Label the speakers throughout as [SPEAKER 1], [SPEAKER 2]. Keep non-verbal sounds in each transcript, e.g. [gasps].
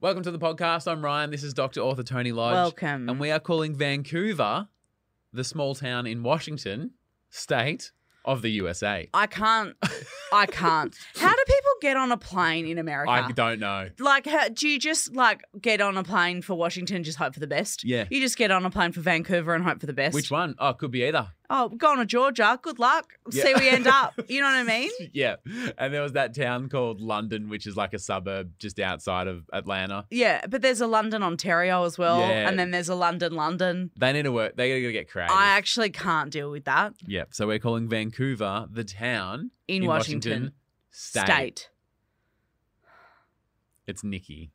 [SPEAKER 1] Welcome to the podcast. I'm Ryan. This is Dr. Author Tony Lodge.
[SPEAKER 2] Welcome.
[SPEAKER 1] And we are calling Vancouver, the small town in Washington, state of the USA.
[SPEAKER 2] I can't. I can't. [laughs] How do people get on a plane in America?
[SPEAKER 1] I don't know.
[SPEAKER 2] like, how, do you just like get on a plane for Washington, just hope for the best?
[SPEAKER 1] Yeah.
[SPEAKER 2] You just get on a plane for Vancouver and hope for the best.
[SPEAKER 1] Which one? Oh, it could be either.
[SPEAKER 2] Oh, go on to Georgia. Good luck.
[SPEAKER 1] Yeah.
[SPEAKER 2] See where you
[SPEAKER 1] [laughs]
[SPEAKER 2] end up. You know what I mean?
[SPEAKER 1] Yeah. And there was that town called London, which is like a suburb just outside of Atlanta.
[SPEAKER 2] Yeah, but there's a London, Ontario as well,
[SPEAKER 1] Yeah.
[SPEAKER 2] and then there's a London, London.
[SPEAKER 1] They need to work. They gotta get creative.
[SPEAKER 2] I actually can't deal with that
[SPEAKER 1] yeah. So we're calling Vancouver the town
[SPEAKER 2] in, Washington,
[SPEAKER 1] state.
[SPEAKER 2] state.
[SPEAKER 1] It's Nikki.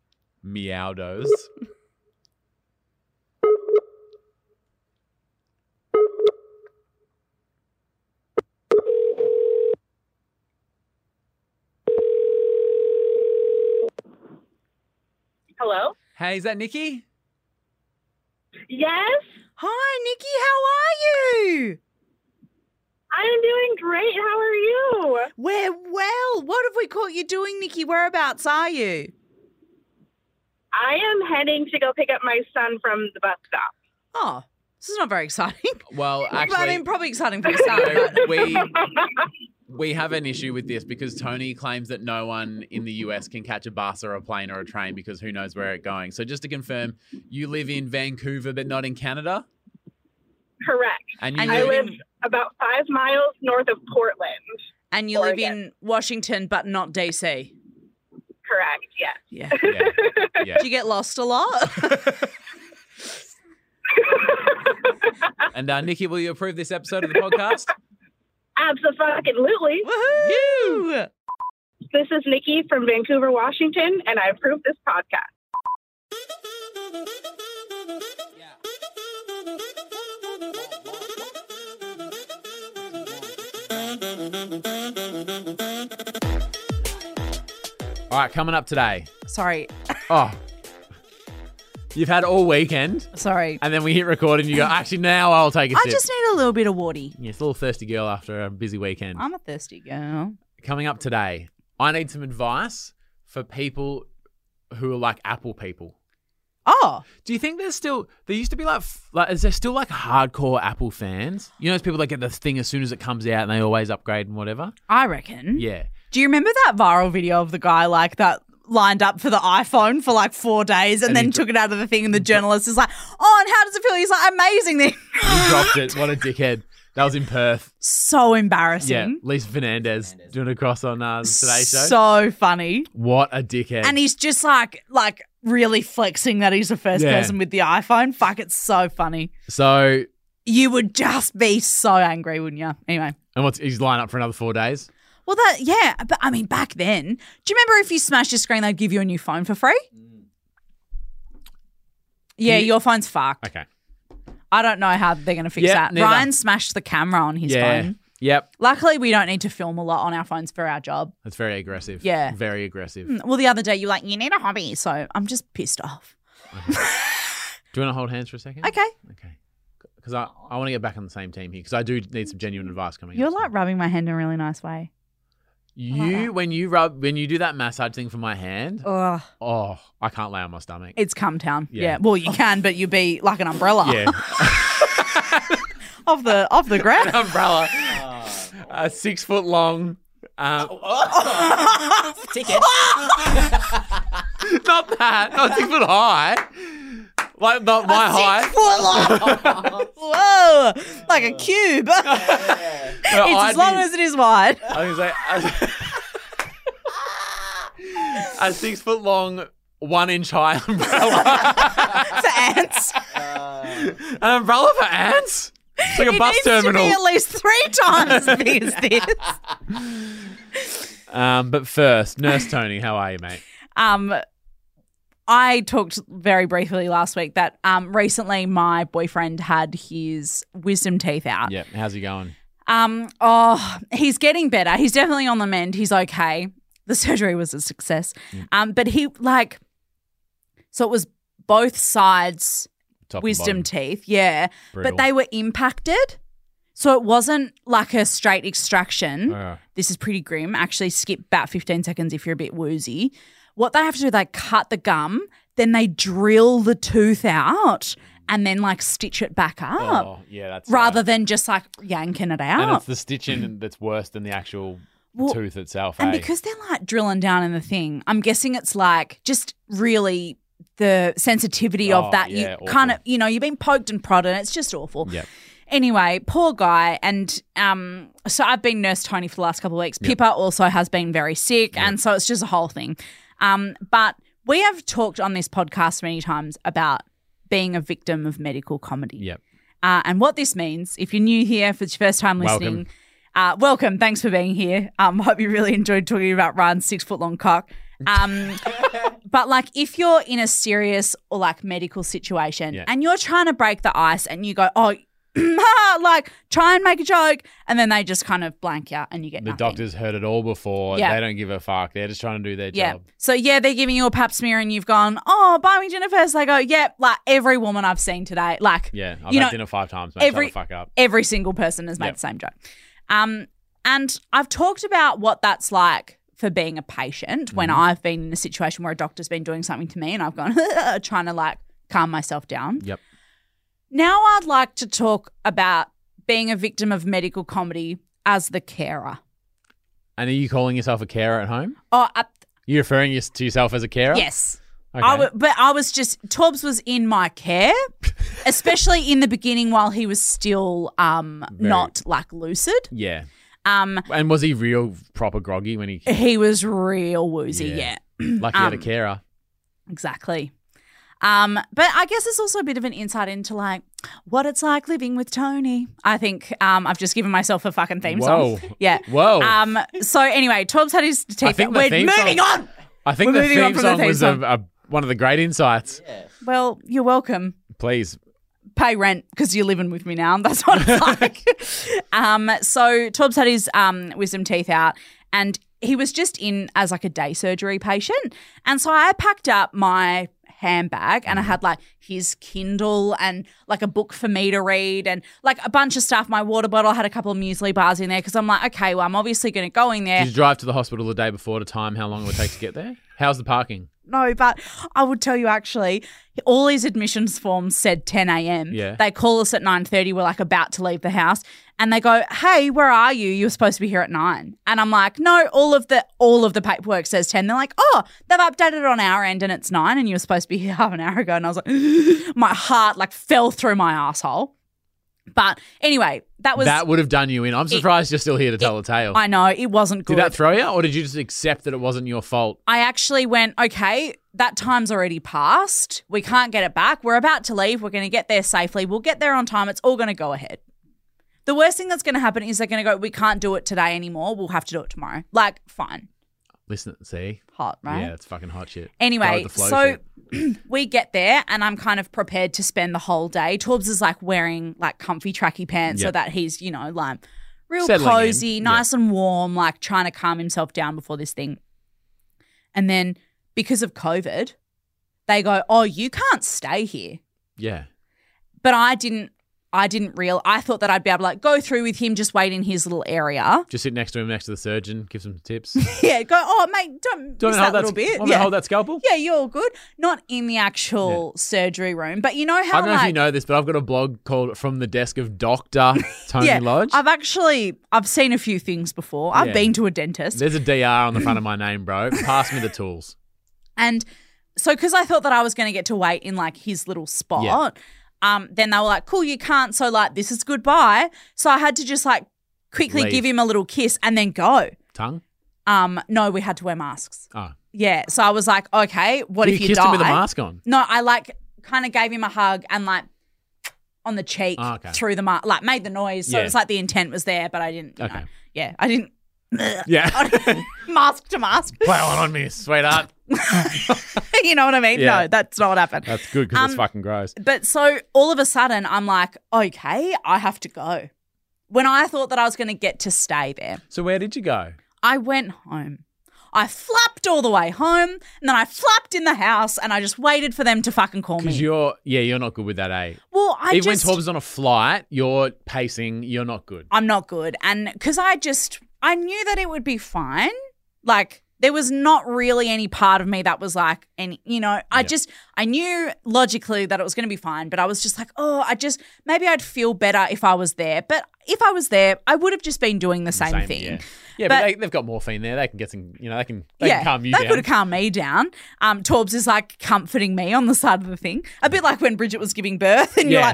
[SPEAKER 1] Meowdos.
[SPEAKER 3] Hello?
[SPEAKER 1] hey, is that Nikki?
[SPEAKER 3] Yes,
[SPEAKER 2] Hi, Nikki. How are you?
[SPEAKER 3] I'm doing great. How are you?
[SPEAKER 2] We're well. What have we caught you doing, Nikki? Whereabouts are you?
[SPEAKER 3] I am heading to go pick up my son from the bus stop.
[SPEAKER 2] Oh, this is not very exciting. [laughs]
[SPEAKER 1] Well, actually,
[SPEAKER 2] I mean, probably exciting for your son. but-
[SPEAKER 3] [laughs]
[SPEAKER 1] So we we have an issue with this because Tony claims that no one in the US can catch a bus or a plane or a train because who knows where it's going. So just to confirm, you live in Vancouver but not in Canada,
[SPEAKER 3] Correct.
[SPEAKER 1] and you
[SPEAKER 2] And
[SPEAKER 3] I
[SPEAKER 2] you
[SPEAKER 1] live
[SPEAKER 3] live
[SPEAKER 2] live-
[SPEAKER 3] about five miles north of Portland.
[SPEAKER 2] And you live
[SPEAKER 3] Oregon.
[SPEAKER 2] in Washington, but not DC.
[SPEAKER 3] Correct, yes.
[SPEAKER 2] Yeah.
[SPEAKER 1] Yeah, yeah.
[SPEAKER 2] Do you get lost a lot?
[SPEAKER 1] [laughs]
[SPEAKER 2] [laughs]
[SPEAKER 1] And uh, Nikki, will you approve this episode of the podcast?
[SPEAKER 3] Absolutely.
[SPEAKER 2] Woohoo!
[SPEAKER 3] This is Nikki from Vancouver, Washington, and I approve this podcast.
[SPEAKER 1] All right, coming up today.
[SPEAKER 2] Sorry,
[SPEAKER 1] Oh, you've had all weekend,
[SPEAKER 2] sorry.
[SPEAKER 1] and then we hit record, and you go, actually, now I'll take a
[SPEAKER 2] I
[SPEAKER 1] sip.
[SPEAKER 2] just need a little bit of warty.
[SPEAKER 1] Yes, a little thirsty girl after a busy weekend.
[SPEAKER 2] I'm a thirsty girl.
[SPEAKER 1] coming up today, I need some advice for people who are like Apple people.
[SPEAKER 2] Oh,
[SPEAKER 1] Do you think there's still there used to be like f- like is there still like hardcore Apple fans? You know, those people that get the thing as soon as it comes out and they always upgrade and whatever.
[SPEAKER 2] I reckon.
[SPEAKER 1] Yeah,
[SPEAKER 2] Do you remember that viral video of the guy like that lined up for the iPhone for like four days and,
[SPEAKER 1] And he
[SPEAKER 2] then
[SPEAKER 1] dro-
[SPEAKER 2] took it out of the thing and the journalist is like, oh, and how does it feel? He's like, amazing. Then
[SPEAKER 1] he dropped it. What a dickhead! That was in Perth.
[SPEAKER 2] [laughs] so embarrassing.
[SPEAKER 1] Yeah, Lisa Fernandez doing a cross on uh, today's show.
[SPEAKER 2] So funny.
[SPEAKER 1] what a dickhead!
[SPEAKER 2] And he's just like, like really flexing that he's the first
[SPEAKER 1] Yeah.
[SPEAKER 2] person with the iPhone. Fuck, it's so funny.
[SPEAKER 1] so
[SPEAKER 2] You would just be so angry, wouldn't you? Anyway.
[SPEAKER 1] and what's he's lined up for another four days?
[SPEAKER 2] Well, that, yeah. But I mean, back then, do you remember if you smashed your screen, they'd give you a new phone for free?
[SPEAKER 1] Mm.
[SPEAKER 2] Yeah,
[SPEAKER 1] You-
[SPEAKER 2] your phone's fucked.
[SPEAKER 1] Okay.
[SPEAKER 2] I don't know how they're going to fix
[SPEAKER 1] Yeah,
[SPEAKER 2] that.
[SPEAKER 1] neither.
[SPEAKER 2] Ryan smashed the camera on his
[SPEAKER 1] yeah.
[SPEAKER 2] phone.
[SPEAKER 1] Yep.
[SPEAKER 2] Luckily, we don't need to film a lot on our phones for our job.
[SPEAKER 1] That's very aggressive.
[SPEAKER 2] Yeah. Mm.
[SPEAKER 1] Very aggressive.
[SPEAKER 2] Well, the other day, you were like, you need a hobby. So I'm just pissed off.
[SPEAKER 1] Do you want to hold hands for a second?
[SPEAKER 2] Okay.
[SPEAKER 1] Okay. Because I, I want to get back on the same team here because I do need some genuine advice coming.
[SPEAKER 2] You're
[SPEAKER 1] up soon.
[SPEAKER 2] like rubbing my hand in a really nice way.
[SPEAKER 1] you when you rub when you do that massage thing for my hand.
[SPEAKER 2] Ugh.
[SPEAKER 1] Oh, I can't lay on my
[SPEAKER 2] [laughs]
[SPEAKER 1] stomach.
[SPEAKER 2] It's come town.
[SPEAKER 1] Yeah.
[SPEAKER 2] Yeah. Well, you can, but you'd be like an umbrella [laughs]
[SPEAKER 1] yeah, [laughs]
[SPEAKER 2] off the off the
[SPEAKER 1] [laughs]
[SPEAKER 2] ground.
[SPEAKER 1] umbrella, uh, six foot long. Um, [laughs] not that, not six foot high. Like not my height.
[SPEAKER 2] [laughs] Whoa! Like
[SPEAKER 1] [laughs]
[SPEAKER 2] a cube.
[SPEAKER 1] Her
[SPEAKER 2] it's
[SPEAKER 1] eyed
[SPEAKER 2] as long
[SPEAKER 1] me-
[SPEAKER 2] as it is wide. [laughs]
[SPEAKER 1] I was like [laughs] a, a six foot long, one inch high [laughs] umbrella.
[SPEAKER 2] For ants.
[SPEAKER 1] An umbrella for ants? It's [laughs] like a
[SPEAKER 2] it
[SPEAKER 1] bus
[SPEAKER 2] needs
[SPEAKER 1] terminal.
[SPEAKER 2] to be at least three times [laughs] as big as this.
[SPEAKER 1] um, but first,
[SPEAKER 2] [laughs]
[SPEAKER 1] Nurse Tony, how are you, mate?
[SPEAKER 2] Um, I talked very briefly last week that um, recently my boyfriend had his wisdom teeth out.
[SPEAKER 1] Yep, how's he going?
[SPEAKER 2] Um, oh, he's getting better. He's definitely on the mend. He's okay. The surgery was a success. Um, but he like, so it was both sides
[SPEAKER 1] Top
[SPEAKER 2] wisdom teeth, yeah. But they were impacted, so it wasn't like a straight extraction. This is pretty grim. Actually, skip about fifteen seconds if you're a bit woozy. What they have to do, they cut the gum, then they drill the tooth out and then like stitch it back up
[SPEAKER 1] Oh, yeah, that's
[SPEAKER 2] rather
[SPEAKER 1] right.
[SPEAKER 2] than just like yanking it
[SPEAKER 1] and
[SPEAKER 2] out.
[SPEAKER 1] it's the stitching that's worse than the actual
[SPEAKER 2] Well,
[SPEAKER 1] tooth itself.
[SPEAKER 2] And
[SPEAKER 1] eh?
[SPEAKER 2] because they're like drilling down in the thing, I'm guessing it's like just really the sensitivity
[SPEAKER 1] Oh,
[SPEAKER 2] of that.
[SPEAKER 1] yeah,
[SPEAKER 2] you kind of,
[SPEAKER 1] awful.
[SPEAKER 2] you know, you've been poked and prodded. And it's just awful.
[SPEAKER 1] Yep.
[SPEAKER 2] Anyway, poor guy. And um, so I've been nurse Tony for the last couple of weeks. Pippa also has been very sick. And so it's just a whole thing. Um, but we have talked on this podcast many times about being a victim of medical comedy.
[SPEAKER 1] Yep.
[SPEAKER 2] Uh, and what this means, if you're new here for the first time
[SPEAKER 1] Welcome.
[SPEAKER 2] listening, uh, welcome. Thanks for being here. Um, hope you really enjoyed talking about Ryan's six foot long cock.
[SPEAKER 1] [laughs]
[SPEAKER 2] Um, but like, if you're in a serious or like medical situation
[SPEAKER 1] Yeah.
[SPEAKER 2] and you're trying to break the ice and you go, oh, [clears throat] ah," like try and make a joke, and then they just kind of blank out and you get
[SPEAKER 1] the
[SPEAKER 2] nothing.
[SPEAKER 1] doctors heard it all before.
[SPEAKER 2] Yeah.
[SPEAKER 1] They don't give a fuck. They're just trying to do their
[SPEAKER 2] Yeah.
[SPEAKER 1] job.
[SPEAKER 2] So yeah, they're giving you a pap smear and you've gone, oh, buy me dinner first. They go, yep. Like every woman I've seen today, like
[SPEAKER 1] Yeah, I've
[SPEAKER 2] You
[SPEAKER 1] had
[SPEAKER 2] know,
[SPEAKER 1] dinner five times. Mate. Every,
[SPEAKER 2] every-
[SPEAKER 1] Shut the fuck up.
[SPEAKER 2] every single person has made
[SPEAKER 1] Yep.
[SPEAKER 2] the same joke. Um, and I've talked about what that's like for being a patient when
[SPEAKER 1] Mhm.
[SPEAKER 2] I've been in a situation where a doctor's been doing something to me and I've gone [laughs] trying to like calm myself down.
[SPEAKER 1] Yep.
[SPEAKER 2] Now I'd like to talk about being a victim of medical comedy as the carer.
[SPEAKER 1] And are you calling yourself a carer at home?
[SPEAKER 2] Oh, uh,
[SPEAKER 1] You referring your- to yourself as a carer?
[SPEAKER 2] yes.
[SPEAKER 1] Oh. Okay.
[SPEAKER 2] I w- but I was just Torbs was in
[SPEAKER 1] [laughs]
[SPEAKER 2] my care, especially in the beginning while he was still um
[SPEAKER 1] Very-
[SPEAKER 2] not like lucid.
[SPEAKER 1] yeah.
[SPEAKER 2] Um
[SPEAKER 1] And was he real proper groggy when
[SPEAKER 2] [clears throat]
[SPEAKER 1] he
[SPEAKER 2] he was real woozy,
[SPEAKER 1] Yeah.
[SPEAKER 2] yeah.
[SPEAKER 1] lucky had a
[SPEAKER 2] Um,
[SPEAKER 1] carer?
[SPEAKER 2] Exactly. Um, but I guess it's also a bit of an insight into like what it's like living with Tony. I think um, I've just given myself a fucking theme
[SPEAKER 1] Whoa.
[SPEAKER 2] song. Yeah.
[SPEAKER 1] Whoa.
[SPEAKER 2] Um, so anyway, Torb's had his teeth.
[SPEAKER 1] think the
[SPEAKER 2] We're
[SPEAKER 1] theme
[SPEAKER 2] moving
[SPEAKER 1] song-
[SPEAKER 2] on.
[SPEAKER 1] I think
[SPEAKER 2] we're
[SPEAKER 1] the
[SPEAKER 2] moving on
[SPEAKER 1] theme
[SPEAKER 2] from the
[SPEAKER 1] song
[SPEAKER 2] theme
[SPEAKER 1] was
[SPEAKER 2] song.
[SPEAKER 1] A, a, one of the great insights.
[SPEAKER 2] Well, you're welcome.
[SPEAKER 1] Please.
[SPEAKER 2] Pay rent because you're living with me now. [laughs] and That's what
[SPEAKER 1] [laughs]
[SPEAKER 2] it's like. um, so Torb's had his um, wisdom teeth out and he was just in as like a day surgery patient. And so I packed up my handbag and I had like his Kindle and like a book for me to read and like a bunch of stuff. My water bottle had a couple of muesli bars in there because I'm like, okay, well, I'm obviously going to go in there.
[SPEAKER 1] Did you drive to the hospital the day before to time how long it would take to get there? How's the parking?
[SPEAKER 2] No, but I would tell you actually, all his admissions forms said 10 a.m.
[SPEAKER 1] Yeah.
[SPEAKER 2] They call us at 9:30. We're like about to leave the house, and they go, "Hey, where are you? You're supposed to be here at 9." And I'm like, "No, all of the all of the paperwork says 10." They're like, "Oh, they've updated it on our end, and it's nine, and you were supposed to be here [laughs] half an hour ago." And I was like, [gasps] my heart like fell through my asshole. But anyway, that was
[SPEAKER 1] that would have done you in. I'm surprised you're still here to tell the tale.
[SPEAKER 2] I know it wasn't good.
[SPEAKER 1] Did that throw you, or did you just accept that it wasn't your fault?
[SPEAKER 2] I actually went, okay, that time's already passed. We can't get it back. We're about to leave. We're going to get there safely. We'll get there on time. It's all going to go ahead. The worst thing that's going to happen is they're going to go, we can't do it today anymore. We'll have to do it tomorrow. Like, fine.
[SPEAKER 1] Listen, see,
[SPEAKER 2] Hot, right?
[SPEAKER 1] yeah, it's fucking hot shit. Go with
[SPEAKER 2] Anyway,
[SPEAKER 1] the flow
[SPEAKER 2] so
[SPEAKER 1] shit.
[SPEAKER 2] we get there and I'm kind of prepared to spend the whole day. Torbs is like wearing like comfy tracky pants so
[SPEAKER 1] Yep.
[SPEAKER 2] that he's, you know, like real
[SPEAKER 1] Settling in.
[SPEAKER 2] cozy,
[SPEAKER 1] Yeah.
[SPEAKER 2] nice and warm, like trying to calm himself down before this thing. And then because of COVID, they go, "Oh, you can't stay here."
[SPEAKER 1] yeah,
[SPEAKER 2] But I didn't I didn't real I thought that I'd be able to like go through with him just wait in his little
[SPEAKER 1] [laughs]
[SPEAKER 2] area.
[SPEAKER 1] just sit next to him, next to the surgeon, give some
[SPEAKER 2] [laughs]
[SPEAKER 1] tips.
[SPEAKER 2] yeah, go, "Oh, mate, don't,
[SPEAKER 1] Do you want me to
[SPEAKER 2] miss that
[SPEAKER 1] hold
[SPEAKER 2] little
[SPEAKER 1] sc-
[SPEAKER 2] bit."
[SPEAKER 1] Want me to
[SPEAKER 2] yeah.
[SPEAKER 1] hold that scalpel?
[SPEAKER 2] yeah, you're all good. Not in the actual surgery room, but you know how
[SPEAKER 1] I don't know
[SPEAKER 2] like
[SPEAKER 1] if you know this, but I've got a blog called "From the Desk of Doctor Tony
[SPEAKER 2] [laughs] Yeah,
[SPEAKER 1] Lodge."
[SPEAKER 2] I've actually I've seen a few things before. I've
[SPEAKER 1] Yeah.
[SPEAKER 2] been to a dentist,
[SPEAKER 1] There's a DR on the front of my name, bro. Pass me the tools.
[SPEAKER 2] and so because I thought that I was going to get to wait in like his little spot, um, then they were like, "Cool, you can't." So like, this is goodbye. So I had to just like quickly
[SPEAKER 1] Leave.
[SPEAKER 2] give him a little kiss and then go.
[SPEAKER 1] Tongue.
[SPEAKER 2] Um, no, we had to wear masks.
[SPEAKER 1] Oh,
[SPEAKER 2] Yeah, so I was like, "Okay, what
[SPEAKER 1] you
[SPEAKER 2] if you
[SPEAKER 1] kissed
[SPEAKER 2] die?"
[SPEAKER 1] him with a mask on.
[SPEAKER 2] No, I like kind of gave him a hug and like on the cheek
[SPEAKER 1] Ah, okay.
[SPEAKER 2] through the mask, like made the noise. So
[SPEAKER 1] Yeah.
[SPEAKER 2] it was like the intent was there, but I didn't. you know.
[SPEAKER 1] Okay.
[SPEAKER 2] yeah, I didn't. [laughs]
[SPEAKER 1] Yeah.
[SPEAKER 2] mask to mask. [laughs]
[SPEAKER 1] Play one on me, sweetheart.
[SPEAKER 2] you know what I mean?
[SPEAKER 1] Yeah. Uh.
[SPEAKER 2] No, that's not what happened.
[SPEAKER 1] That's good because it's
[SPEAKER 2] Um,
[SPEAKER 1] fucking gross.
[SPEAKER 2] But so all of a sudden, I'm like, okay, I have to go. When I thought that I was going to get to stay there,
[SPEAKER 1] So where did you go?
[SPEAKER 2] I went home. I flapped all the way home, and then I flapped in the house, and I just waited for them to fucking call me.
[SPEAKER 1] Because you're, yeah, you're not good with that, eh?
[SPEAKER 2] well, I
[SPEAKER 1] Even
[SPEAKER 2] just
[SPEAKER 1] when Torb's on a flight, you're pacing, you're not good.
[SPEAKER 2] I'm not good. And because I just, I knew that it would be fine. Like, there was not really any part of me that was like, and you know, I
[SPEAKER 1] Yeah.
[SPEAKER 2] just I knew logically that it was going to be fine, but I was just like, oh, I just maybe I'd feel better if I was there. But if I was there, I would have just been doing the same, thing.
[SPEAKER 1] Yeah, yeah but,
[SPEAKER 2] But-
[SPEAKER 1] they, they've got morphine there. They can get some. You know, they can. They can calm you
[SPEAKER 2] that could
[SPEAKER 1] down.
[SPEAKER 2] have calmed me down. Um, Torbs is like comforting me on the side of the thing, a bit like when Bridget was giving birth, and
[SPEAKER 1] Yeah.
[SPEAKER 2] you're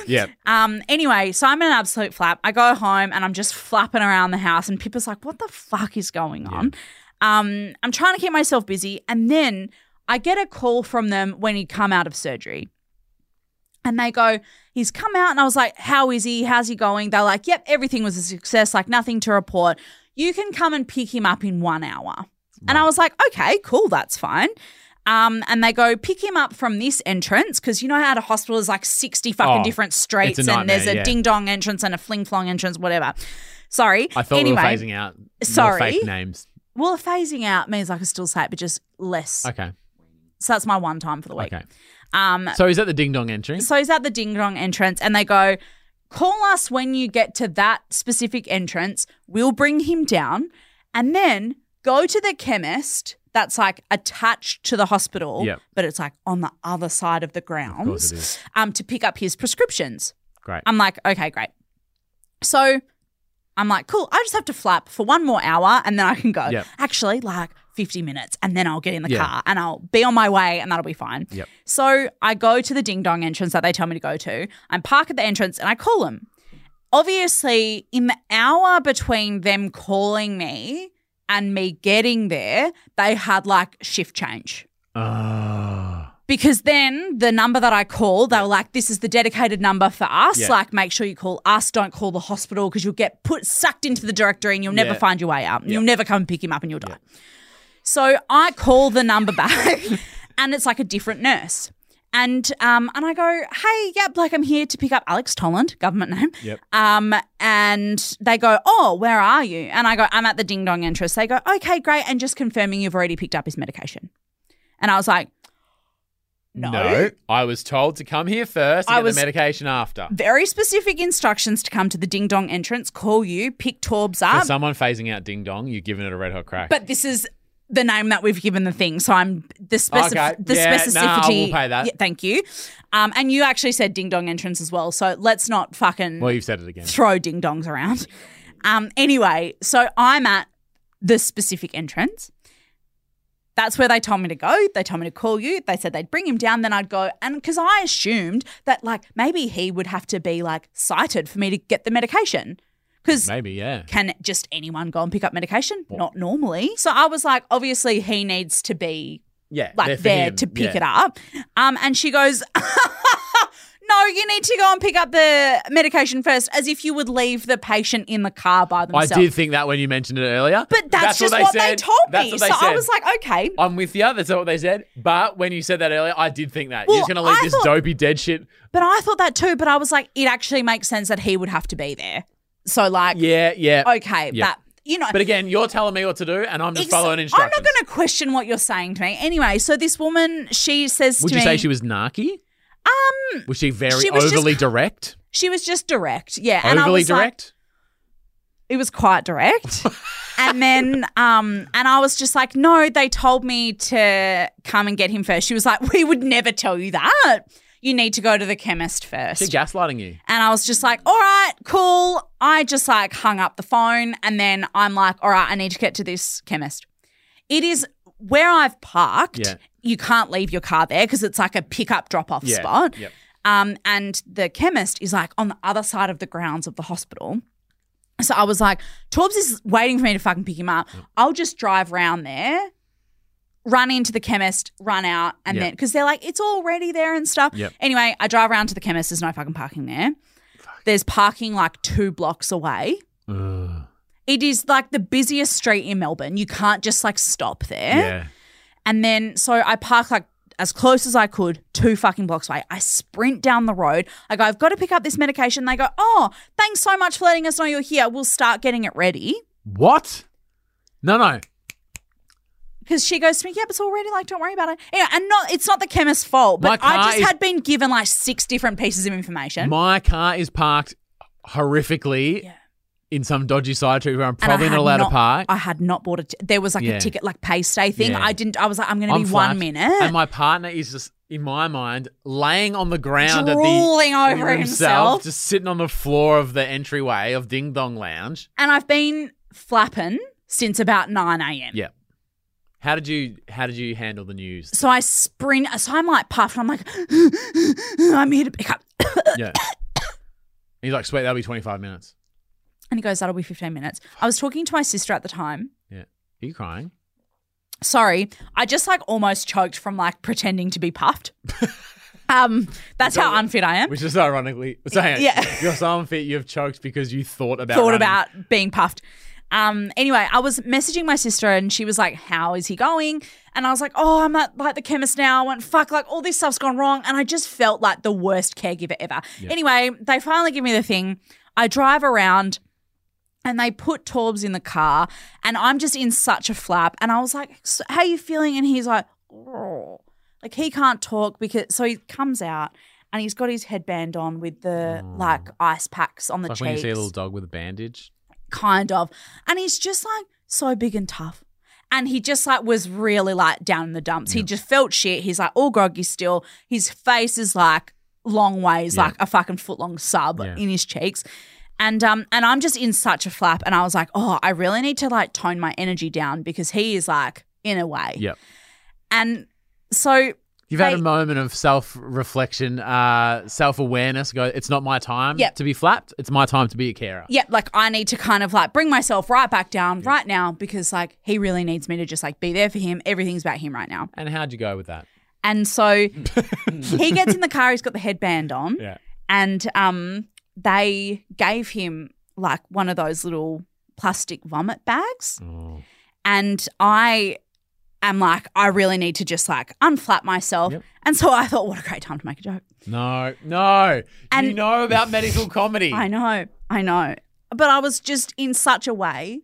[SPEAKER 2] like,
[SPEAKER 1] yeah,
[SPEAKER 2] Um, anyway, so I'm in an absolute flap. I go home and I'm just flapping around the house, and Pippa's like, "What the fuck is going on?" Um, I'm trying to keep myself busy, and then I get a call from them when he'd come out of surgery, and they go, "He's come out," and I was like, "How is he? How's he going?" They're like, "Yep, everything was a success. Like nothing to report. You can come and pick him up in one hour." And I was like, "Okay, cool, that's fine." Um, and they go pick him up from this entrance because you know how at a hospital is like sixty fucking
[SPEAKER 1] Oh,
[SPEAKER 2] different streets
[SPEAKER 1] it's a
[SPEAKER 2] and there's
[SPEAKER 1] nightmare,
[SPEAKER 2] a
[SPEAKER 1] yeah.
[SPEAKER 2] ding dong entrance and a fling flong entrance, whatever. Sorry.
[SPEAKER 1] I thought
[SPEAKER 2] anyway,
[SPEAKER 1] we were phasing out. more
[SPEAKER 2] sorry.
[SPEAKER 1] fake names.
[SPEAKER 2] well, phasing out means I can still say it, but just less.
[SPEAKER 1] Okay,
[SPEAKER 2] So that's my one time for the week.
[SPEAKER 1] okay.
[SPEAKER 2] Um,
[SPEAKER 1] So is that the ding dong entry?
[SPEAKER 2] so he's at the ding dong entrance and they go, call us when you get to that specific entrance. We'll bring him down and then go to the chemist that's like attached to the hospital,
[SPEAKER 1] Yep.
[SPEAKER 2] but it's like on the other side of the
[SPEAKER 1] Of course
[SPEAKER 2] grounds
[SPEAKER 1] it is.
[SPEAKER 2] um, to pick up his prescriptions.
[SPEAKER 1] Great.
[SPEAKER 2] I'm like, okay, great. So I'm like, cool, I just have to flap for one more hour and then I can go.
[SPEAKER 1] Yep.
[SPEAKER 2] Actually, like 50 minutes and then I'll get in the
[SPEAKER 1] Yeah.
[SPEAKER 2] car and I'll be on my way and that'll be fine.
[SPEAKER 1] Yep.
[SPEAKER 2] So I go to the ding dong entrance that they tell me to go to. I park at the entrance and I call them. Obviously, in the hour between them calling me and me getting there, they had like shift change
[SPEAKER 1] Oh,
[SPEAKER 2] because then the number that I called, they were like, "This is the dedicated number for us.
[SPEAKER 1] Yeah.
[SPEAKER 2] Like, make sure you call us. Don't call the hospital because you'll get put sucked into the directory and you'll never
[SPEAKER 1] Yeah.
[SPEAKER 2] find your way out.
[SPEAKER 1] Yeah.
[SPEAKER 2] You'll never come and pick him up and you'll die." So I call the number back, [laughs] and it's like a different nurse. And um, and I go, hey, yep, like I'm here to pick up Alex Tolland, government name.
[SPEAKER 1] Yep.
[SPEAKER 2] Um, and they go, oh, where are you? And I go, I'm at the ding dong entrance. They go, okay, great, and just confirming you've already picked up his medication. And I was like, no.
[SPEAKER 1] I was told to come here first. And
[SPEAKER 2] I
[SPEAKER 1] get
[SPEAKER 2] was- Um,
[SPEAKER 1] the medication after.
[SPEAKER 2] Very specific instructions to come to the ding dong entrance, call you, pick Torbs
[SPEAKER 1] For
[SPEAKER 2] up.
[SPEAKER 1] someone phasing out ding dong, you're giving it a red hot crack.
[SPEAKER 2] but this is the name that we've given the thing. So I'm the specific
[SPEAKER 1] Okay.
[SPEAKER 2] the
[SPEAKER 1] Yeah, nah,
[SPEAKER 2] specificity.
[SPEAKER 1] we'll pay that.
[SPEAKER 2] thank you. Um, and you actually said ding dong entrance as well. So let's not fucking
[SPEAKER 1] well, you've said it again.
[SPEAKER 2] throw ding dongs around. Um, anyway, so I'm at the specific entrance. That's where they told me to go. They told me to call you. They said they'd bring him down. Then I'd go. And because I assumed that, like, maybe he would have to be, like, cited for me to get the medication. Because
[SPEAKER 1] Maybe, yeah.
[SPEAKER 2] can just anyone go and pick up medication? Not normally. So I was like, obviously, he needs to be
[SPEAKER 1] Yeah.
[SPEAKER 2] like there to pick it up. Um, and she goes, [laughs] No, you need to go and pick up the medication first, as if you would leave the patient in the car by
[SPEAKER 1] I
[SPEAKER 2] themselves.
[SPEAKER 1] did think that when you mentioned it earlier.
[SPEAKER 2] But that's, just what they,
[SPEAKER 1] said.
[SPEAKER 2] told me.
[SPEAKER 1] That's what they
[SPEAKER 2] so I
[SPEAKER 1] said.
[SPEAKER 2] was like, okay.
[SPEAKER 1] I'm with you. That's not what they said. But when you said that earlier, I did think that.
[SPEAKER 2] Well,
[SPEAKER 1] You're just going to leave
[SPEAKER 2] I
[SPEAKER 1] this
[SPEAKER 2] thought-
[SPEAKER 1] dopey dead shit.
[SPEAKER 2] But I thought that too. But I was like, it actually makes sense that he would have to be there. So, like,
[SPEAKER 1] Yeah, yeah.
[SPEAKER 2] okay,
[SPEAKER 1] Yeah.
[SPEAKER 2] that, you know.
[SPEAKER 1] But again, you're telling me what to do, and I'm just
[SPEAKER 2] ex-
[SPEAKER 1] following instructions.
[SPEAKER 2] I'm not going to question what you're saying to me. Anyway, so this woman, she says
[SPEAKER 1] Would
[SPEAKER 2] to
[SPEAKER 1] you
[SPEAKER 2] me,
[SPEAKER 1] say she was narky? Um, was she very
[SPEAKER 2] she was just
[SPEAKER 1] overly
[SPEAKER 2] ki-
[SPEAKER 1] direct?
[SPEAKER 2] she was just direct. Yeah. and I
[SPEAKER 1] Overly
[SPEAKER 2] was like,
[SPEAKER 1] direct?
[SPEAKER 2] it was
[SPEAKER 1] [laughs]
[SPEAKER 2] quite direct. and then um and I was just like, no, they told me to come and get him first. She was like, we would never tell you that. You need to go to the chemist first.
[SPEAKER 1] She gaslighting you.
[SPEAKER 2] And I was just like, all right, cool. I just like hung up the phone and then I'm like, all right, I need to get to this chemist. It is where I've parked.
[SPEAKER 1] Yeah.
[SPEAKER 2] You can't leave your car there because it's like a pickup drop off
[SPEAKER 1] Yeah.
[SPEAKER 2] spot.
[SPEAKER 1] Yep.
[SPEAKER 2] Um, and the chemist is like on the other side of the grounds of the hospital. So I was like, Torbs is waiting for me to fucking pick him up. I'll just drive round there, run into the chemist, run out, and
[SPEAKER 1] Yeah.
[SPEAKER 2] then because they're like, it's already there and stuff.
[SPEAKER 1] Yep.
[SPEAKER 2] Anyway, I drive around to the chemist. There's no fucking parking there. There's parking like two blocks away.
[SPEAKER 1] Ugh.
[SPEAKER 2] It is like the busiest street in Melbourne. You can't just like stop there.
[SPEAKER 1] Yeah.
[SPEAKER 2] And then so I park like as close as I could, two fucking blocks away. I sprint down the road. I go, I've got to pick up this medication. They go, Oh, thanks so much for letting us know you're here. We'll start getting it ready.
[SPEAKER 1] What? No, no.
[SPEAKER 2] Because she goes to me, yeah, but it's already like, don't worry about it. Anyway, and not it's not the chemist's fault,
[SPEAKER 1] My
[SPEAKER 2] but I
[SPEAKER 1] car
[SPEAKER 2] just
[SPEAKER 1] is-
[SPEAKER 2] had been given like six different pieces of information.
[SPEAKER 1] My car is parked horrifically
[SPEAKER 2] Yeah.
[SPEAKER 1] in some dodgy side trip where I'm
[SPEAKER 2] And I
[SPEAKER 1] probably
[SPEAKER 2] had
[SPEAKER 1] not allowed
[SPEAKER 2] not-
[SPEAKER 1] to park.
[SPEAKER 2] I had not bought a. T- there was like
[SPEAKER 1] Yeah.
[SPEAKER 2] a ticket, like pay stay thing.
[SPEAKER 1] Yeah.
[SPEAKER 2] I didn't. I was like, I'm going to
[SPEAKER 1] I'm
[SPEAKER 2] be one
[SPEAKER 1] flapped.
[SPEAKER 2] minute.
[SPEAKER 1] And my partner is just, in my mind, laying on the ground at the
[SPEAKER 2] drooling over
[SPEAKER 1] himself,
[SPEAKER 2] himself.
[SPEAKER 1] just sitting on the floor of the entryway of Ding Dong Lounge.
[SPEAKER 2] And I've been flapping since about 9 a.m.
[SPEAKER 1] Yeah. How did you how did you handle the news?
[SPEAKER 2] So I sprint. So I'm like puffed. I'm like, [gasps] I'm here to pick up. [coughs]
[SPEAKER 1] yeah. He's like, sweet, that'll be twenty five minutes.
[SPEAKER 2] And he goes, that'll be 15 minutes. I was talking to my sister at the time.
[SPEAKER 1] Are you crying?
[SPEAKER 2] Sorry. I just like almost choked from like pretending to be puffed. um, That's how unfit I am.
[SPEAKER 1] Which is ironically so hang on.
[SPEAKER 2] Yeah.
[SPEAKER 1] You're so unfit you've choked because you thought about
[SPEAKER 2] thought
[SPEAKER 1] running.
[SPEAKER 2] about being puffed. Um, anyway, I was messaging my sister and she was like, How is he going? And I was like, Oh, I'm at like the chemist now. I went, Fuck, like all this stuff's gone wrong. And I just felt like the worst caregiver ever. Anyway, they finally give me the thing. I drive around and they put Torbs in the car and I'm just in such a flap. And I was like, "So How you feeling? And he's like, Oh, like he can't talk because so he comes out. And he's got his headband on with the like ice packs on the
[SPEAKER 1] Oh. Like
[SPEAKER 2] cheeks
[SPEAKER 1] when you see a little dog with a bandage.
[SPEAKER 2] kind of. And he's just like so big and tough. And he just like was really like down in the dumps. He just felt shit. He's like all groggy still. His face is like long ways,
[SPEAKER 1] Yeah.
[SPEAKER 2] like a fucking foot long sub
[SPEAKER 1] Yeah.
[SPEAKER 2] in his cheeks. And um and I'm just in such a flap. And I was like, oh, I really need to like tone my energy down because he is like in a way.
[SPEAKER 1] Yep.
[SPEAKER 2] And so
[SPEAKER 1] You've had
[SPEAKER 2] They-
[SPEAKER 1] a moment of self reflection, uh, self awareness. Go, it's not my time
[SPEAKER 2] Yep.
[SPEAKER 1] to be flapped. It's my time to be a carer.
[SPEAKER 2] yeah, like I need to kind of like bring myself right back down right now because like he really needs me to just like be there for him. Everything's about him right now.
[SPEAKER 1] And how'd you go with that? [laughs]
[SPEAKER 2] And so he gets in the car, he's got the headband on,
[SPEAKER 1] Yeah.
[SPEAKER 2] and um, they gave him like one of those little plastic vomit bags.
[SPEAKER 1] Oh.
[SPEAKER 2] And I am like, I really need to just like unflap myself.
[SPEAKER 1] Yep.
[SPEAKER 2] And so I thought, what a great time to make a joke.
[SPEAKER 1] No, no. you
[SPEAKER 2] And-
[SPEAKER 1] know about medical comedy.
[SPEAKER 2] I know, I know. But I was just in such a way.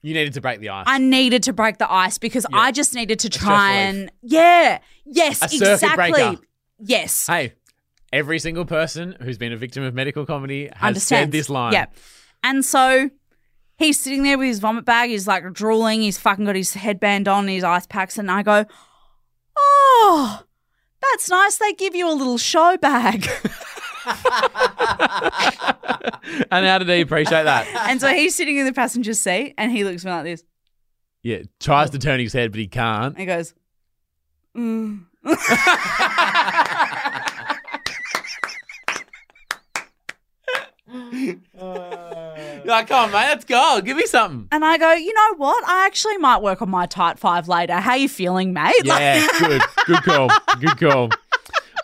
[SPEAKER 1] You needed to break the ice.
[SPEAKER 2] I needed to break the ice because
[SPEAKER 1] Yeah.
[SPEAKER 2] I just needed to
[SPEAKER 1] stress
[SPEAKER 2] try
[SPEAKER 1] relief.
[SPEAKER 2] and, yeah, yes,
[SPEAKER 1] A circuit breaker.
[SPEAKER 2] exactly. Yes.
[SPEAKER 1] hey, every single person who's been a victim of medical comedy has
[SPEAKER 2] understands.
[SPEAKER 1] said this line.
[SPEAKER 2] Yeah. And so he's sitting there with his vomit bag. He's like drooling. He's fucking got his headband on, his ice packs. And I go, oh, that's nice. They give you a little show bag.
[SPEAKER 1] [laughs]
[SPEAKER 2] [laughs]
[SPEAKER 1] and how did he appreciate
[SPEAKER 2] [laughs]
[SPEAKER 1] that?
[SPEAKER 2] and so he's sitting in the passenger seat and he looks at me like this
[SPEAKER 1] Yeah, tries to turn his head, but he can't.
[SPEAKER 2] and he goes, mm.
[SPEAKER 1] You're like, come on, mate, let's go. Give me something.
[SPEAKER 2] And I go, you know what? I actually might work on my tight five later. How you feeling, mate? Like,
[SPEAKER 1] Yeah, good, good call, good call.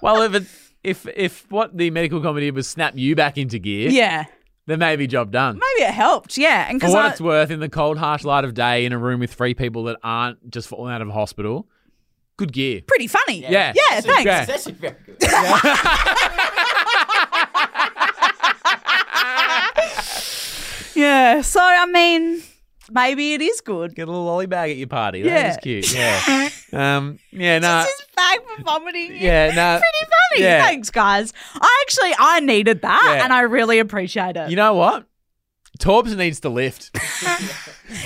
[SPEAKER 1] Well, if it, if if what the medical comedy was snap you back into gear,
[SPEAKER 2] yeah.
[SPEAKER 1] then maybe job done.
[SPEAKER 2] Maybe it helped. Yeah. And
[SPEAKER 1] For
[SPEAKER 2] because
[SPEAKER 1] what
[SPEAKER 2] I,
[SPEAKER 1] it's worth, in the cold, harsh light of day, in a room with three people that aren't just falling out of hospital, good gear.
[SPEAKER 2] pretty funny.
[SPEAKER 1] Yeah.
[SPEAKER 2] Yeah. Thanks.
[SPEAKER 1] Yeah.
[SPEAKER 4] That's actually very good.
[SPEAKER 2] Yeah. So I mean, maybe it is good.
[SPEAKER 1] Get a little lolly bag at your party.
[SPEAKER 2] Yeah.
[SPEAKER 1] That [laughs] is cute. Yeah. um. Yeah. Nah.
[SPEAKER 2] It's just bag for vomiting.
[SPEAKER 1] Yeah. Nah.
[SPEAKER 2] Pretty funny.
[SPEAKER 1] Yeah.
[SPEAKER 2] Thanks, guys. I actually I needed that
[SPEAKER 1] Yeah.
[SPEAKER 2] and I really appreciate it.
[SPEAKER 1] You know what? Torbs needs to lift.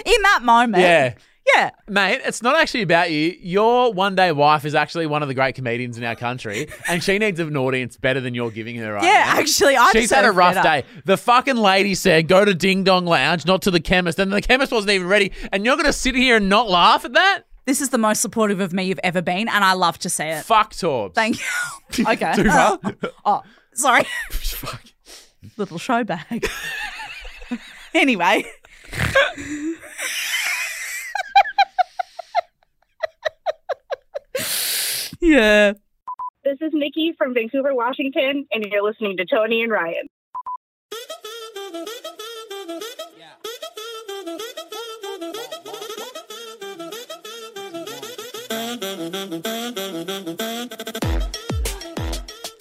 [SPEAKER 2] In that moment.
[SPEAKER 1] Yeah.
[SPEAKER 2] Yeah.
[SPEAKER 1] Mate, it's not actually about you. Your one day wife is actually one of the great comedians in our country, and she needs an audience better than you're giving her right
[SPEAKER 2] Yeah,
[SPEAKER 1] now.
[SPEAKER 2] actually I
[SPEAKER 1] She's
[SPEAKER 2] just
[SPEAKER 1] had a rough
[SPEAKER 2] fed up.
[SPEAKER 1] day. The fucking lady said, go to Ding Dong Lounge, not to the chemist. And the chemist wasn't even ready. And you're going to sit here and not laugh at that?
[SPEAKER 2] This is the most supportive of me you've ever been, and I love to see it.
[SPEAKER 1] Fuck Torbs. [laughs]
[SPEAKER 2] Thank you. okay.
[SPEAKER 1] Too far?
[SPEAKER 2] [laughs] Oh, sorry. [laughs]
[SPEAKER 1] Fuck.
[SPEAKER 2] Little show bag. [laughs] anyway. [laughs] yeah.
[SPEAKER 3] This is Nikki from Vancouver, Washington, and you're listening to Tony and Ryan.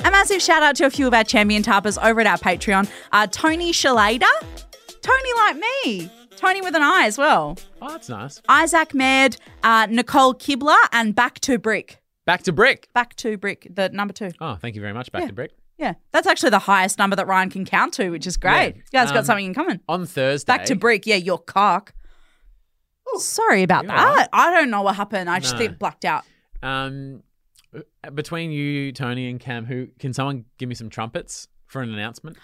[SPEAKER 2] A massive shout out to a few of our champion tarpers over at our Patreon. Uh, Tony Shalada. Tony like me. Tony with an I as well.
[SPEAKER 1] Oh, that's nice.
[SPEAKER 2] Isaac Med, uh, Nicole Kibler, and Back to Brick.
[SPEAKER 1] Back to brick.
[SPEAKER 2] Back to Brick, the number two.
[SPEAKER 1] Oh, thank you very much. Back to brick.
[SPEAKER 2] Yeah, that's actually the highest number that Ryan can count to, which is great.
[SPEAKER 1] Yeah.
[SPEAKER 2] You guys
[SPEAKER 1] Um,
[SPEAKER 2] got something in common.
[SPEAKER 1] On Thursday.
[SPEAKER 2] Back to brick. Yeah, your cock. Sorry about
[SPEAKER 1] you're
[SPEAKER 2] that. I don't know what happened. I just
[SPEAKER 1] No.
[SPEAKER 2] think
[SPEAKER 1] [laughs]
[SPEAKER 2] blacked out.
[SPEAKER 1] Um, between you, Tony, and Cam, who can someone give me some trumpets for an announcement?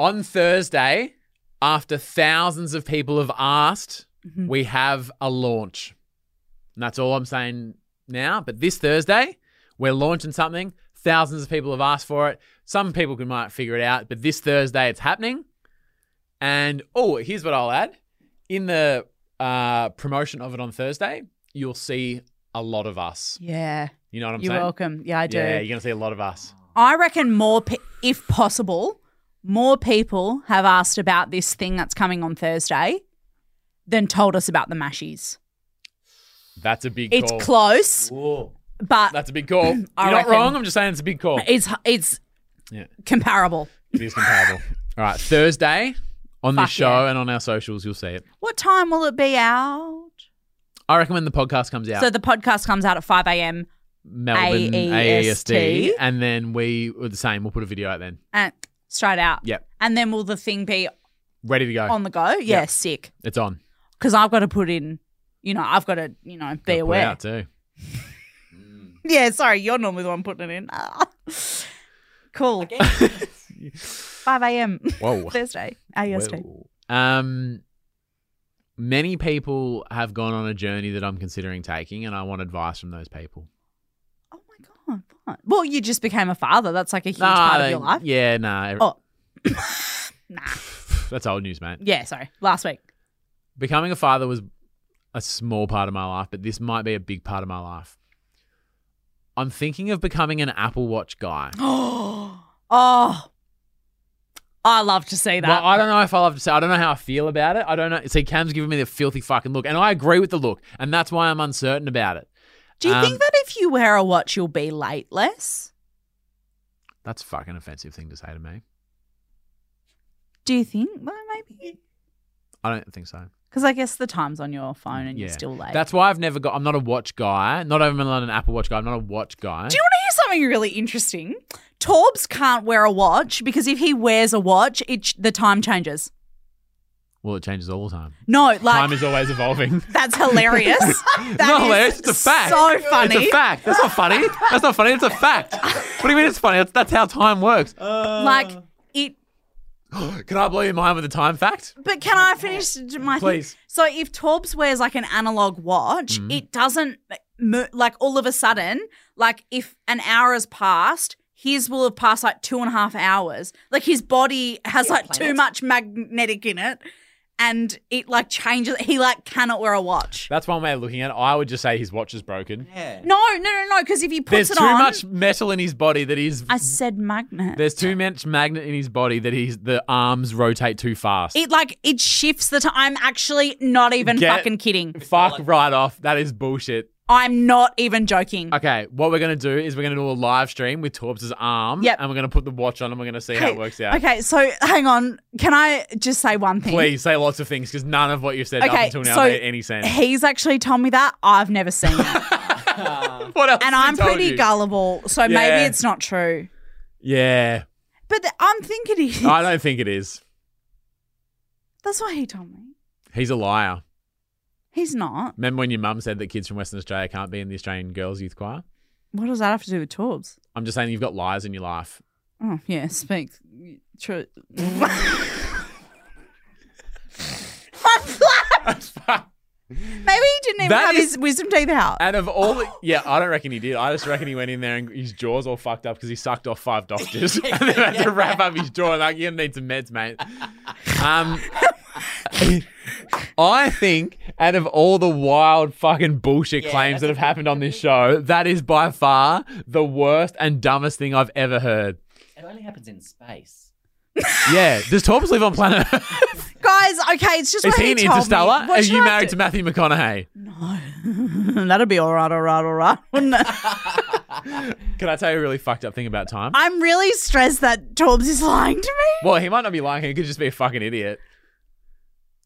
[SPEAKER 1] On Thursday, after thousands of people have asked,
[SPEAKER 2] Mhm.
[SPEAKER 1] we have a launch. And that's all I'm saying now. But this Thursday, we're launching something. Thousands of people have asked for it. Some people can might figure it out, but this Thursday it's happening. And oh, here's what I'll add. In the uh, promotion of it on Thursday, you'll see a lot of us.
[SPEAKER 2] Yeah,
[SPEAKER 1] You know what I'm
[SPEAKER 2] you're
[SPEAKER 1] saying?
[SPEAKER 2] welcome. Yeah, I do.
[SPEAKER 1] Yeah, you're gonna see a lot of us.
[SPEAKER 2] I reckon more, pe- if possible, more people have asked about this thing that's coming on Thursday than told us about the mashies.
[SPEAKER 1] That's a big
[SPEAKER 2] It's
[SPEAKER 1] call.
[SPEAKER 2] close, but
[SPEAKER 1] That's a big call.
[SPEAKER 2] [clears throat]
[SPEAKER 1] You're
[SPEAKER 2] I
[SPEAKER 1] not
[SPEAKER 2] reckon-
[SPEAKER 1] wrong. I'm just saying it's a big call.
[SPEAKER 2] it's it's
[SPEAKER 1] Yeah.
[SPEAKER 2] comparable.
[SPEAKER 1] It is comparable. All right, Thursday on this
[SPEAKER 2] Fuck
[SPEAKER 1] show
[SPEAKER 2] yeah.
[SPEAKER 1] and on our socials, you'll see it.
[SPEAKER 2] What time will it be out?
[SPEAKER 1] I reckon when the podcast comes out,
[SPEAKER 2] So the podcast comes out at five a.m.
[SPEAKER 1] Melbourne
[SPEAKER 2] AEST.
[SPEAKER 1] AEST, and then we are the same. We'll put a video out then.
[SPEAKER 2] and straight out.
[SPEAKER 1] Yep,
[SPEAKER 2] And then will the thing be
[SPEAKER 1] ready to go.
[SPEAKER 2] on the go? Yeah, sick.
[SPEAKER 1] It's on.
[SPEAKER 2] Because I've got to put in, you know, I've got to, you know, be
[SPEAKER 1] Gotta put it
[SPEAKER 2] aware.
[SPEAKER 1] out too.
[SPEAKER 2] Yeah, sorry, you're normally the one putting it in. Ah. cool. [laughs] 5 a.m. [laughs]
[SPEAKER 1] Whoa.
[SPEAKER 2] Thursday, Ah, AST.
[SPEAKER 1] Whoa. Um, many people have gone on a journey that I'm considering taking, and I want advice from those people.
[SPEAKER 2] Oh my God. What? Well, you just became a father. That's like a huge
[SPEAKER 1] Nah,
[SPEAKER 2] part of
[SPEAKER 1] they-
[SPEAKER 2] your life.
[SPEAKER 1] Yeah, nah. [laughs]
[SPEAKER 2] Oh. [laughs] Nah.
[SPEAKER 1] That's old news, mate.
[SPEAKER 2] Yeah, sorry. Last week. [gasps]
[SPEAKER 1] Becoming a father was a small part of my life, but this might be a big part of my life. I'm thinking of becoming an Apple Watch guy.
[SPEAKER 2] oh. I love to see that.
[SPEAKER 1] Well, I don't know if I love to say. I don't know how I feel about it. I don't know. See, Cam's giving me the filthy fucking look, and I agree with the look, and that's why I'm uncertain about it.
[SPEAKER 2] Do you
[SPEAKER 1] um,
[SPEAKER 2] think that if you wear a watch, you'll be late less?
[SPEAKER 1] That's a fucking offensive thing to say to me.
[SPEAKER 2] Do you think? Well, maybe.
[SPEAKER 1] I don't think so.
[SPEAKER 2] Because I guess the time's on your phone and you're
[SPEAKER 1] Yeah.
[SPEAKER 2] still late.
[SPEAKER 1] That's why I've never got. I'm not a watch guy. Not even an Apple Watch guy. I'm not a watch guy.
[SPEAKER 2] Do you want to hear something really interesting? Torbs can't wear a watch because if he wears a watch, it ch- the time changes.
[SPEAKER 1] well, it changes all the time.
[SPEAKER 2] No, like
[SPEAKER 1] time is always evolving.
[SPEAKER 2] [laughs] that's
[SPEAKER 1] [laughs]
[SPEAKER 2] hilarious. That's
[SPEAKER 1] It's not hilarious. It's a fact.
[SPEAKER 2] So funny.
[SPEAKER 1] It's a fact. That's not funny. That's not funny. It's a fact. What do you mean it's funny? That's, that's how time works.
[SPEAKER 2] Like it.
[SPEAKER 1] [gasps] Can I blow your mind with a time fact?
[SPEAKER 2] But can I finish my? thing?
[SPEAKER 1] Please. Mm.
[SPEAKER 2] So if Torbs wears like an analog watch, it doesn't mo- like all of a sudden. Like if an hour has passed. His will have passed like two and a half hours. Like his body has like too much magnetic in it, and it like changes. He like cannot wear a watch.
[SPEAKER 1] That's one way of looking at it. I would just say his watch is broken.
[SPEAKER 2] No, no, no, no. Because if he puts
[SPEAKER 1] There's
[SPEAKER 2] it
[SPEAKER 1] too
[SPEAKER 2] on,
[SPEAKER 1] much metal in his body that he's.
[SPEAKER 2] I said magnet.
[SPEAKER 1] There's too much magnet in his body that he's the arms rotate too fast.
[SPEAKER 2] it like it shifts the time. I'm actually not even
[SPEAKER 1] Get-
[SPEAKER 2] fucking kidding.
[SPEAKER 1] Fuck right off. That is bullshit.
[SPEAKER 2] I'm not even joking.
[SPEAKER 1] Okay, what we're gonna do is we're gonna do a live stream with Torbs' arm.
[SPEAKER 2] Yep.
[SPEAKER 1] And we're gonna put the watch on and we're gonna see how it works out.
[SPEAKER 2] Okay, so hang on. Can I just say one thing?
[SPEAKER 1] Please say lots of things because none of what you've said up
[SPEAKER 2] Okay,
[SPEAKER 1] until now
[SPEAKER 2] so-
[SPEAKER 1] made any sense.
[SPEAKER 2] He's actually told me that. I've never seen
[SPEAKER 1] [laughs]
[SPEAKER 2] that.
[SPEAKER 1] what else?
[SPEAKER 2] and
[SPEAKER 1] has he
[SPEAKER 2] I'm
[SPEAKER 1] told
[SPEAKER 2] pretty
[SPEAKER 1] you?
[SPEAKER 2] gullible, so maybe
[SPEAKER 1] Yeah.
[SPEAKER 2] it's not true.
[SPEAKER 1] Yeah,
[SPEAKER 2] But th- I'm thinking it is.
[SPEAKER 1] I don't think it is.
[SPEAKER 2] [laughs] That's what he told me.
[SPEAKER 1] He's a liar.
[SPEAKER 2] He's not.
[SPEAKER 1] Remember when your mum said that kids from Western Australia can't be in the Australian Girls Youth Choir?
[SPEAKER 2] What does that have to do with Torbs?
[SPEAKER 1] I'm just saying you've got liars in your life.
[SPEAKER 2] Oh, yeah, speak
[SPEAKER 1] [laughs]
[SPEAKER 2] [laughs] true. Maybe he didn't even
[SPEAKER 1] That
[SPEAKER 2] have
[SPEAKER 1] is-
[SPEAKER 2] his wisdom teeth out.
[SPEAKER 1] and of all, the, yeah, I don't reckon he did. I just reckon he went in there and his jaw's all fucked up because he sucked off five
[SPEAKER 2] [laughs]
[SPEAKER 1] doctors [laughs] and then had to wrap up his jaw. Like you need some meds, mate. Um, [laughs] I think out of all the wild fucking bullshit claims that have happened on this show, that is by far the worst and dumbest thing I've ever heard.
[SPEAKER 4] It only happens in [laughs] space.
[SPEAKER 1] Yeah, does Torbs live on planet? Earth?
[SPEAKER 2] Guys, okay, it's just
[SPEAKER 1] Is
[SPEAKER 2] what
[SPEAKER 1] he
[SPEAKER 2] he
[SPEAKER 1] an
[SPEAKER 2] told me.
[SPEAKER 1] interstellar?
[SPEAKER 2] What
[SPEAKER 1] Are
[SPEAKER 2] should
[SPEAKER 1] you
[SPEAKER 2] I
[SPEAKER 1] married
[SPEAKER 2] [laughs] do?
[SPEAKER 1] to Matthew McConaughey?
[SPEAKER 2] No. That'll be all right, all right, all right, wouldn't it?
[SPEAKER 1] Can I tell you a really fucked up thing about time?
[SPEAKER 2] I'm really stressed that Torbs is lying to me.
[SPEAKER 1] Well, he might not be lying. He could just be a fucking idiot.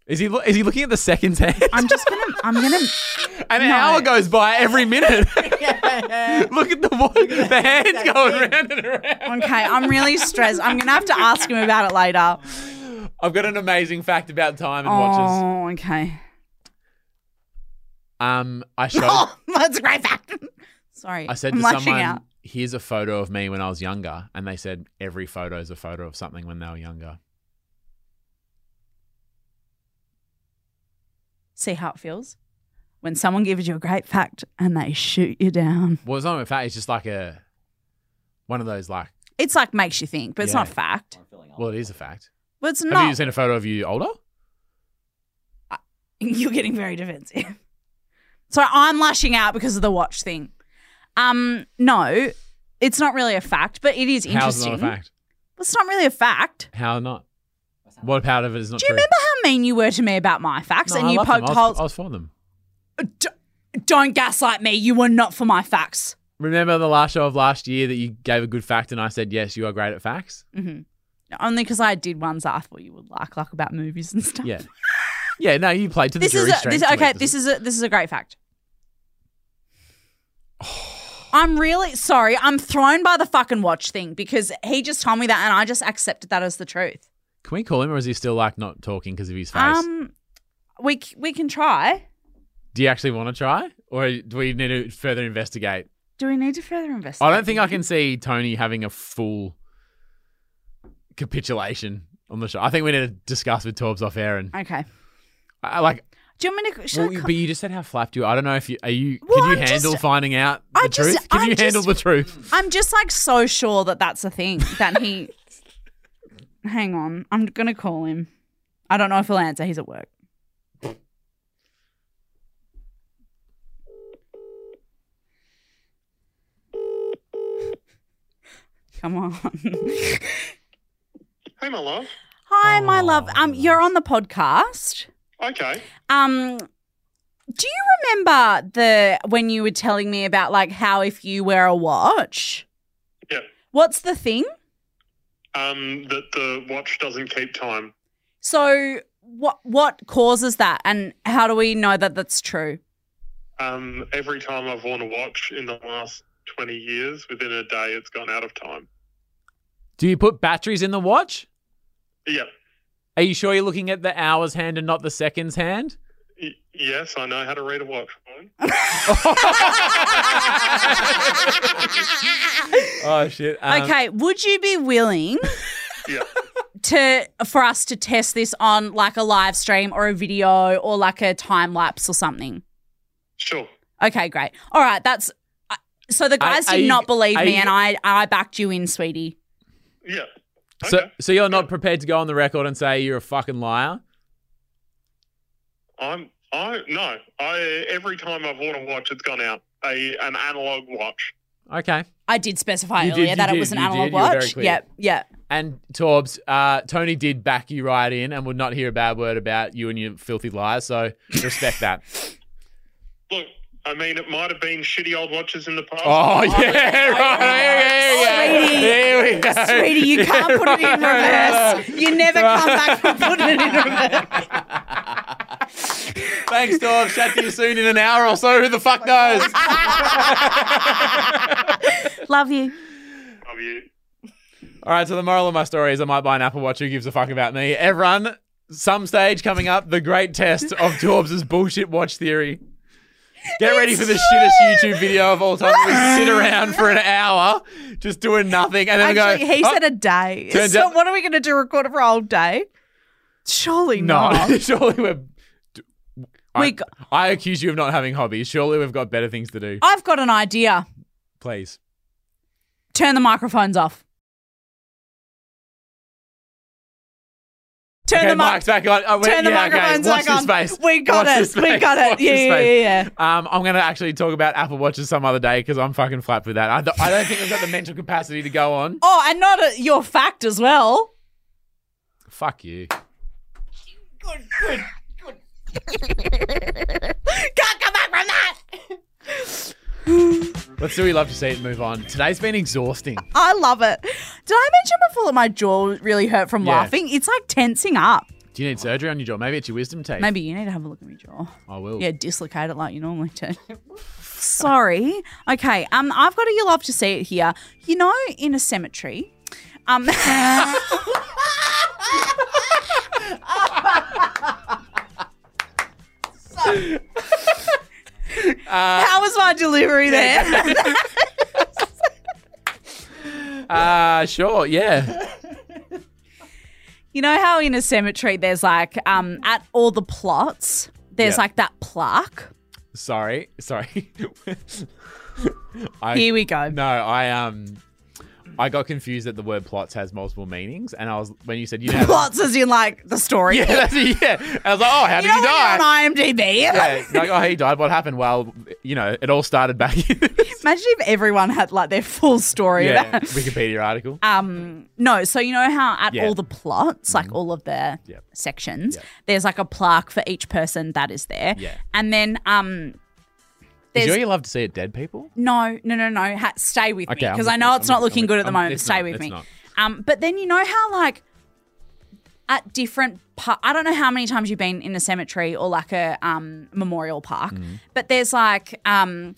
[SPEAKER 1] Is he lo- is he looking at the seconds hand?
[SPEAKER 2] I'm just gonna. I'm gonna.
[SPEAKER 1] [laughs] An
[SPEAKER 2] No.
[SPEAKER 1] hour goes by every
[SPEAKER 2] [laughs]
[SPEAKER 1] minute. [laughs] Look at the wa- the hands going round and around.
[SPEAKER 2] Okay, I'm really stressed. I'm gonna have to ask him about it later.
[SPEAKER 1] I've got an amazing fact about time and watches.
[SPEAKER 2] Oh, okay.
[SPEAKER 1] Um, I showed,
[SPEAKER 2] Oh, [laughs] that's a great fact. Sorry,
[SPEAKER 1] I said
[SPEAKER 2] I'm
[SPEAKER 1] to
[SPEAKER 2] lashing
[SPEAKER 1] someone,
[SPEAKER 2] out.
[SPEAKER 1] "Here's a photo of me when I was younger," and they said every photo is a photo of something when they were younger.
[SPEAKER 2] See how it feels when someone gives you a great fact and they shoot you down.
[SPEAKER 1] Well, it's not a fact. It's just like a one of those like.
[SPEAKER 2] It's like makes you think, but it's
[SPEAKER 1] Yeah.
[SPEAKER 2] not fact.
[SPEAKER 4] I'm feeling old.
[SPEAKER 1] Well, it is a fact.
[SPEAKER 2] But it's
[SPEAKER 1] Have you
[SPEAKER 2] not.
[SPEAKER 1] seen a photo of you older?
[SPEAKER 2] [laughs] You're getting very defensive. So I'm lashing out because of the watch thing. Um, no, it's not really a fact, but it is
[SPEAKER 1] How's
[SPEAKER 2] interesting.
[SPEAKER 1] not a fact?
[SPEAKER 2] It's not really a fact.
[SPEAKER 1] How not?
[SPEAKER 4] What's that?
[SPEAKER 1] What part of it is not
[SPEAKER 2] Do you
[SPEAKER 1] true?
[SPEAKER 2] remember how mean you were to me about my facts
[SPEAKER 1] No,
[SPEAKER 2] and
[SPEAKER 1] I
[SPEAKER 2] you
[SPEAKER 1] loved them.
[SPEAKER 2] poked
[SPEAKER 1] I was-
[SPEAKER 2] holes?
[SPEAKER 1] I was for them.
[SPEAKER 2] D- Don't gaslight me. You were not for my facts.
[SPEAKER 1] Remember the last show of last year that you gave a good fact and I said, yes, you are great at facts?
[SPEAKER 2] hmm Only because I did ones that I thought you would like, like about movies and stuff.
[SPEAKER 1] Yeah. Yeah, no, you played to the
[SPEAKER 2] This is
[SPEAKER 1] jury's
[SPEAKER 2] a,
[SPEAKER 1] strength
[SPEAKER 2] this,
[SPEAKER 1] to
[SPEAKER 2] okay.
[SPEAKER 1] make
[SPEAKER 2] This is a this is a great fact. I'm really sorry. I'm thrown by the fucking watch thing because he just told me that, and I just accepted that as the truth.
[SPEAKER 1] Can we call him or is he still like not talking because of his face?
[SPEAKER 2] Um, we c- we can try.
[SPEAKER 1] do you actually want to try or do we need to further investigate?
[SPEAKER 2] Do we need to further investigate?
[SPEAKER 1] I don't think I can see Tony having a full capitulation on the show. I think we need to discuss with Torbs off air and
[SPEAKER 2] Okay.
[SPEAKER 1] I, I like.
[SPEAKER 2] Do you want me to? Should
[SPEAKER 1] Well,
[SPEAKER 2] I
[SPEAKER 1] you-
[SPEAKER 2] co-
[SPEAKER 1] but you just said how flapped you. Are. I don't know if you are you.
[SPEAKER 2] Well,
[SPEAKER 1] can you
[SPEAKER 2] I'm just-
[SPEAKER 1] handle finding out the
[SPEAKER 2] I
[SPEAKER 1] truth?
[SPEAKER 2] just-
[SPEAKER 1] can
[SPEAKER 2] I'm
[SPEAKER 1] you handle
[SPEAKER 2] just-
[SPEAKER 1] the truth?
[SPEAKER 2] I'm just like so sure that that's a thing that he. Hang on, I'm gonna call him. I don't know if he'll answer. He's at work. Come on.
[SPEAKER 5] Hey, my love.
[SPEAKER 2] Hi, my love.
[SPEAKER 1] Oh,
[SPEAKER 2] Um, you're on the podcast.
[SPEAKER 5] Okay.
[SPEAKER 2] Um, do you remember the when you were telling me about like how if you wear a watch?
[SPEAKER 5] Yeah.
[SPEAKER 2] What's the thing?
[SPEAKER 5] Um, that the watch doesn't keep time.
[SPEAKER 2] So what what causes that and how do we know that that's true?
[SPEAKER 5] Um, every time I've worn a watch in the last 20 years, within a day, it's gone out of time.
[SPEAKER 1] Do you put batteries in the watch?
[SPEAKER 5] Yep.
[SPEAKER 1] Are you sure you're looking at the hours hand and not the seconds hand?
[SPEAKER 5] Y- yes, I know how to read a watch.
[SPEAKER 1] oh shit. Um,
[SPEAKER 2] okay, would you be willing
[SPEAKER 5] yeah.
[SPEAKER 2] to for us to test this on like a live stream or a video or like a time lapse or something?
[SPEAKER 5] Sure.
[SPEAKER 2] Okay, great. All right, that's uh, so the guys
[SPEAKER 1] are
[SPEAKER 2] did
[SPEAKER 1] you-
[SPEAKER 2] not believe
[SPEAKER 1] are
[SPEAKER 2] me
[SPEAKER 1] you-
[SPEAKER 2] and I I backed you in, sweetie.
[SPEAKER 5] Yeah. Okay.
[SPEAKER 1] So, so you're not prepared to go on the record and say you're a fucking liar?
[SPEAKER 5] I'm. I no. I every time I've worn a watch, it's gone out. A an analog watch.
[SPEAKER 1] Okay.
[SPEAKER 2] I did specify
[SPEAKER 1] You did,
[SPEAKER 2] earlier
[SPEAKER 1] you
[SPEAKER 2] that
[SPEAKER 1] did,
[SPEAKER 2] it was an
[SPEAKER 1] you
[SPEAKER 2] analog
[SPEAKER 1] did. You were very
[SPEAKER 2] watch.
[SPEAKER 1] clear.
[SPEAKER 2] Yep, yeah.
[SPEAKER 1] [laughs] And Torbs, uh, Tony did back you right in and would not hear a bad word about you and your filthy lies. So respect that.
[SPEAKER 5] Look, I mean, it might have been shitty old watches in the past.
[SPEAKER 1] Oh yeah, right.
[SPEAKER 2] Sweetie,
[SPEAKER 1] Here we go. There we go.
[SPEAKER 2] Sweetie, you can't put
[SPEAKER 1] [laughs]
[SPEAKER 2] it in reverse. You never come back from putting it in reverse.
[SPEAKER 1] Thanks, Torbs. Chat to you soon in an hour or so. Who the fuck knows?
[SPEAKER 2] Love you.
[SPEAKER 5] Love you.
[SPEAKER 1] All right, so the moral of my story is I might buy an Apple Watch. Who gives a fuck about me? Everyone, some stage coming up, the great test of Torbs' bullshit watch theory. Get ready for the shittest YouTube video of all time. We sit around for an hour just doing nothing, and then
[SPEAKER 2] Actually,
[SPEAKER 1] we go.
[SPEAKER 2] he
[SPEAKER 1] "Oh,
[SPEAKER 2] said a day.
[SPEAKER 1] turns
[SPEAKER 2] So
[SPEAKER 1] out-
[SPEAKER 2] what are we going to do? Record it for a whole day? Surely not.
[SPEAKER 1] no, surely we're.
[SPEAKER 2] We
[SPEAKER 1] [laughs] I,
[SPEAKER 2] got-
[SPEAKER 1] I accuse you of not having hobbies. Surely we've got better things to do.
[SPEAKER 2] I've got an idea.
[SPEAKER 1] Please.
[SPEAKER 2] Turn the microphones off. Turn
[SPEAKER 1] Okay,
[SPEAKER 2] the mic.
[SPEAKER 1] mic's back on. Oh, wait,
[SPEAKER 2] Turn the
[SPEAKER 1] yeah, okay,
[SPEAKER 2] microphones
[SPEAKER 1] Watch
[SPEAKER 2] back on.
[SPEAKER 1] this space.
[SPEAKER 2] We got
[SPEAKER 1] Watch
[SPEAKER 2] it.
[SPEAKER 1] this
[SPEAKER 2] We
[SPEAKER 1] space.
[SPEAKER 2] got it.
[SPEAKER 1] Watch
[SPEAKER 2] Yeah,
[SPEAKER 1] this
[SPEAKER 2] yeah,
[SPEAKER 1] space.
[SPEAKER 2] yeah, yeah.
[SPEAKER 1] Um, I'm going to actually talk about Apple Watches some other day because I'm fucking flat with that. I, th- I don't think I've got the mental capacity to go on.
[SPEAKER 2] Oh, and not a, your fact as well.
[SPEAKER 1] Fuck you.
[SPEAKER 2] Can't come back from that.
[SPEAKER 1] Let's do we love to see it and move on. Today's been exhausting.
[SPEAKER 2] I love it. Did I mention before that my jaw really hurt from
[SPEAKER 1] Yeah.
[SPEAKER 2] laughing? It's like tensing up.
[SPEAKER 1] Do Do you need surgery on your jaw? Maybe it's your wisdom teeth.
[SPEAKER 2] Maybe you need to have a look at my jaw.
[SPEAKER 1] I will.
[SPEAKER 2] Yeah, dislocate it like you normally
[SPEAKER 1] [laughs]
[SPEAKER 2] do. Sorry. Okay. Um, I've got a you love to see it here. You know, in a cemetery. Um. [laughs] How was my delivery there?
[SPEAKER 1] Uh, sure. Yeah.
[SPEAKER 2] You know how in a cemetery there's like um at all the plots there's
[SPEAKER 1] Yeah.
[SPEAKER 2] like that plaque.
[SPEAKER 1] sorry. Sorry. [laughs] I,
[SPEAKER 2] Here we go.
[SPEAKER 1] No, I um, I got confused that the word plots has multiple meanings, and I was when you said you know
[SPEAKER 2] Plots as in like the
[SPEAKER 1] [laughs]
[SPEAKER 2] story.
[SPEAKER 1] Yeah, that's it, yeah. I was like, oh, how
[SPEAKER 2] you
[SPEAKER 1] did
[SPEAKER 2] know
[SPEAKER 1] he
[SPEAKER 2] when you're
[SPEAKER 1] die?
[SPEAKER 2] on IMDb.
[SPEAKER 1] yeah, like, oh, he died. What happened? Well, you know, it all started back in [laughs] this-
[SPEAKER 2] Imagine if everyone had like their full story.
[SPEAKER 1] yeah,
[SPEAKER 2] Yeah.
[SPEAKER 1] Wikipedia article.
[SPEAKER 2] Um, no, so you know how at
[SPEAKER 1] Yeah. Mm-hmm.
[SPEAKER 2] all the plots, like all of the
[SPEAKER 1] Yep.
[SPEAKER 2] sections,
[SPEAKER 1] Yep.
[SPEAKER 2] there's like a plaque for each person that is there.
[SPEAKER 1] Yeah.
[SPEAKER 2] And then um
[SPEAKER 1] Is
[SPEAKER 2] there's
[SPEAKER 1] your you love to see it dead people?
[SPEAKER 2] no, no, no, no. Ha- stay with me
[SPEAKER 1] I'm
[SPEAKER 2] because
[SPEAKER 1] with
[SPEAKER 2] I know
[SPEAKER 1] you.
[SPEAKER 2] it's
[SPEAKER 1] I'm
[SPEAKER 2] not
[SPEAKER 1] with-
[SPEAKER 2] looking
[SPEAKER 1] I'm
[SPEAKER 2] good at the
[SPEAKER 1] I'm-
[SPEAKER 2] moment.
[SPEAKER 1] it's
[SPEAKER 2] Stay
[SPEAKER 1] not,
[SPEAKER 2] with
[SPEAKER 1] it's
[SPEAKER 2] me.
[SPEAKER 1] not.
[SPEAKER 2] Um, but then you know how like at different par- I don't know how many times you've been in a cemetery or like a um, memorial park,
[SPEAKER 1] Mm-hmm.
[SPEAKER 2] but there's like um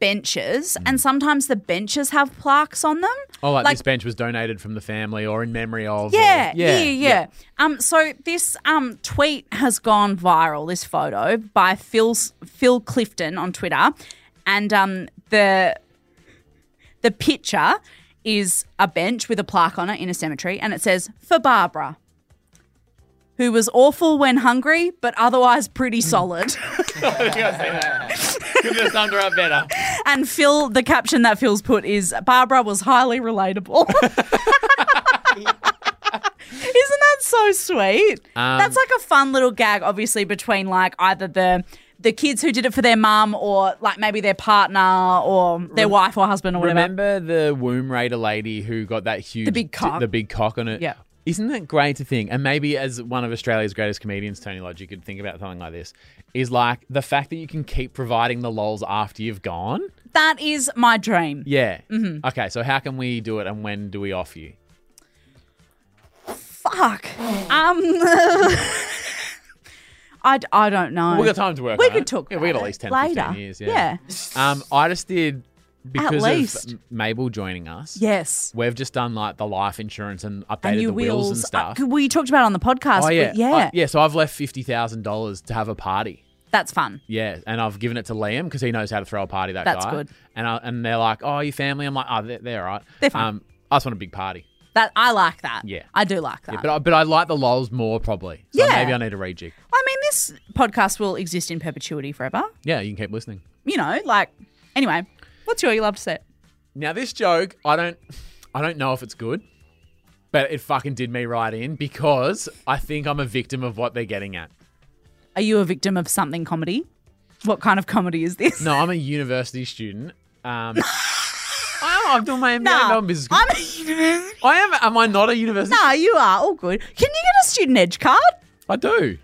[SPEAKER 2] benches
[SPEAKER 1] Mm-hmm.
[SPEAKER 2] and sometimes the benches have plaques on them.
[SPEAKER 1] Oh, like,
[SPEAKER 2] Like-
[SPEAKER 1] this bench was donated from the family or in memory of. or-
[SPEAKER 2] Yeah, yeah, yeah, Um, so this um tweet has gone viral. This photo by Phil Phil Clifton on Twitter, and um the the picture is a bench with a plaque on it in a cemetery, and it says for Barbara, who was awful when hungry, but otherwise pretty [laughs] solid.
[SPEAKER 1] [laughs] Couldn't have summed her up better.
[SPEAKER 2] and Phil, the caption that Phil's put is Barbara was highly relatable. [laughs] Isn't that so sweet?
[SPEAKER 1] Um,
[SPEAKER 2] That's like a fun little gag, obviously, between like either the the kids who did it for their mum or like maybe their partner or their wife or husband or whatever.
[SPEAKER 1] Remember the womb raider lady who got that huge,
[SPEAKER 2] big cock.
[SPEAKER 1] the big cock on it.
[SPEAKER 2] Yeah.
[SPEAKER 1] Isn't that great to think? And maybe as one of Australia's greatest comedians, Tony Lodge, you could think about something like this. Is like the fact that you can keep providing the lols after you've gone.
[SPEAKER 2] That is my dream.
[SPEAKER 1] Yeah. Mm-hmm. Okay. So how can we do it, and when do we off
[SPEAKER 2] [laughs]
[SPEAKER 1] you? [sighs]
[SPEAKER 2] Fuck. Um [laughs] I, d- I don't know.
[SPEAKER 1] We got time to work.
[SPEAKER 2] We
[SPEAKER 1] on
[SPEAKER 2] could
[SPEAKER 1] it.
[SPEAKER 2] talk
[SPEAKER 1] Yeah, we got at
[SPEAKER 2] about it
[SPEAKER 1] least 10,
[SPEAKER 2] later.
[SPEAKER 1] 15 years.
[SPEAKER 2] Yeah.
[SPEAKER 1] Yeah. Um, I just did because
[SPEAKER 2] least.
[SPEAKER 1] of M- Mabel joining us.
[SPEAKER 2] Yes.
[SPEAKER 1] We've just done like the life insurance and updated
[SPEAKER 2] And your
[SPEAKER 1] the wheels, and
[SPEAKER 2] uh,
[SPEAKER 1] stuff.
[SPEAKER 2] we talked about it on the podcast.
[SPEAKER 1] Oh
[SPEAKER 2] but
[SPEAKER 1] yeah,
[SPEAKER 2] yeah.
[SPEAKER 1] Uh, yeah. So I've left fifty thousand dollars to have a party.
[SPEAKER 2] That's fun.
[SPEAKER 1] Yeah, and I've given it to Liam because he knows how to throw a party. That
[SPEAKER 2] That's
[SPEAKER 1] guy.
[SPEAKER 2] good.
[SPEAKER 1] And I, and they're like, "Oh, your family." I'm like, "Oh, they're, they're all right.
[SPEAKER 2] They're fine.
[SPEAKER 1] Um, I just want a big party.
[SPEAKER 2] That I like that.
[SPEAKER 1] Yeah.
[SPEAKER 2] I do like that.
[SPEAKER 1] Yeah, but I, but I like the lols more probably. So
[SPEAKER 2] Yeah.
[SPEAKER 1] maybe I need a rejig.
[SPEAKER 2] I mean, this podcast will exist in perpetuity forever.
[SPEAKER 1] Yeah, you can keep listening.
[SPEAKER 2] You know, like anyway. What's your you love to set?
[SPEAKER 1] Now this joke, I don't, I don't know if it's good, but it fucking did me right in because I think I'm a victim of what they're getting at.
[SPEAKER 2] Are you a victim of something comedy? What kind of comedy is this?
[SPEAKER 1] No, I'm a university student. Um, I am, I'm doing my MBA
[SPEAKER 2] [laughs] Nah,
[SPEAKER 1] in Melbourne Business School.
[SPEAKER 2] I'm a
[SPEAKER 1] I am. Am I not a university?
[SPEAKER 2] [laughs] Nah, you are all good. Can you get a student edge card?
[SPEAKER 1] I do.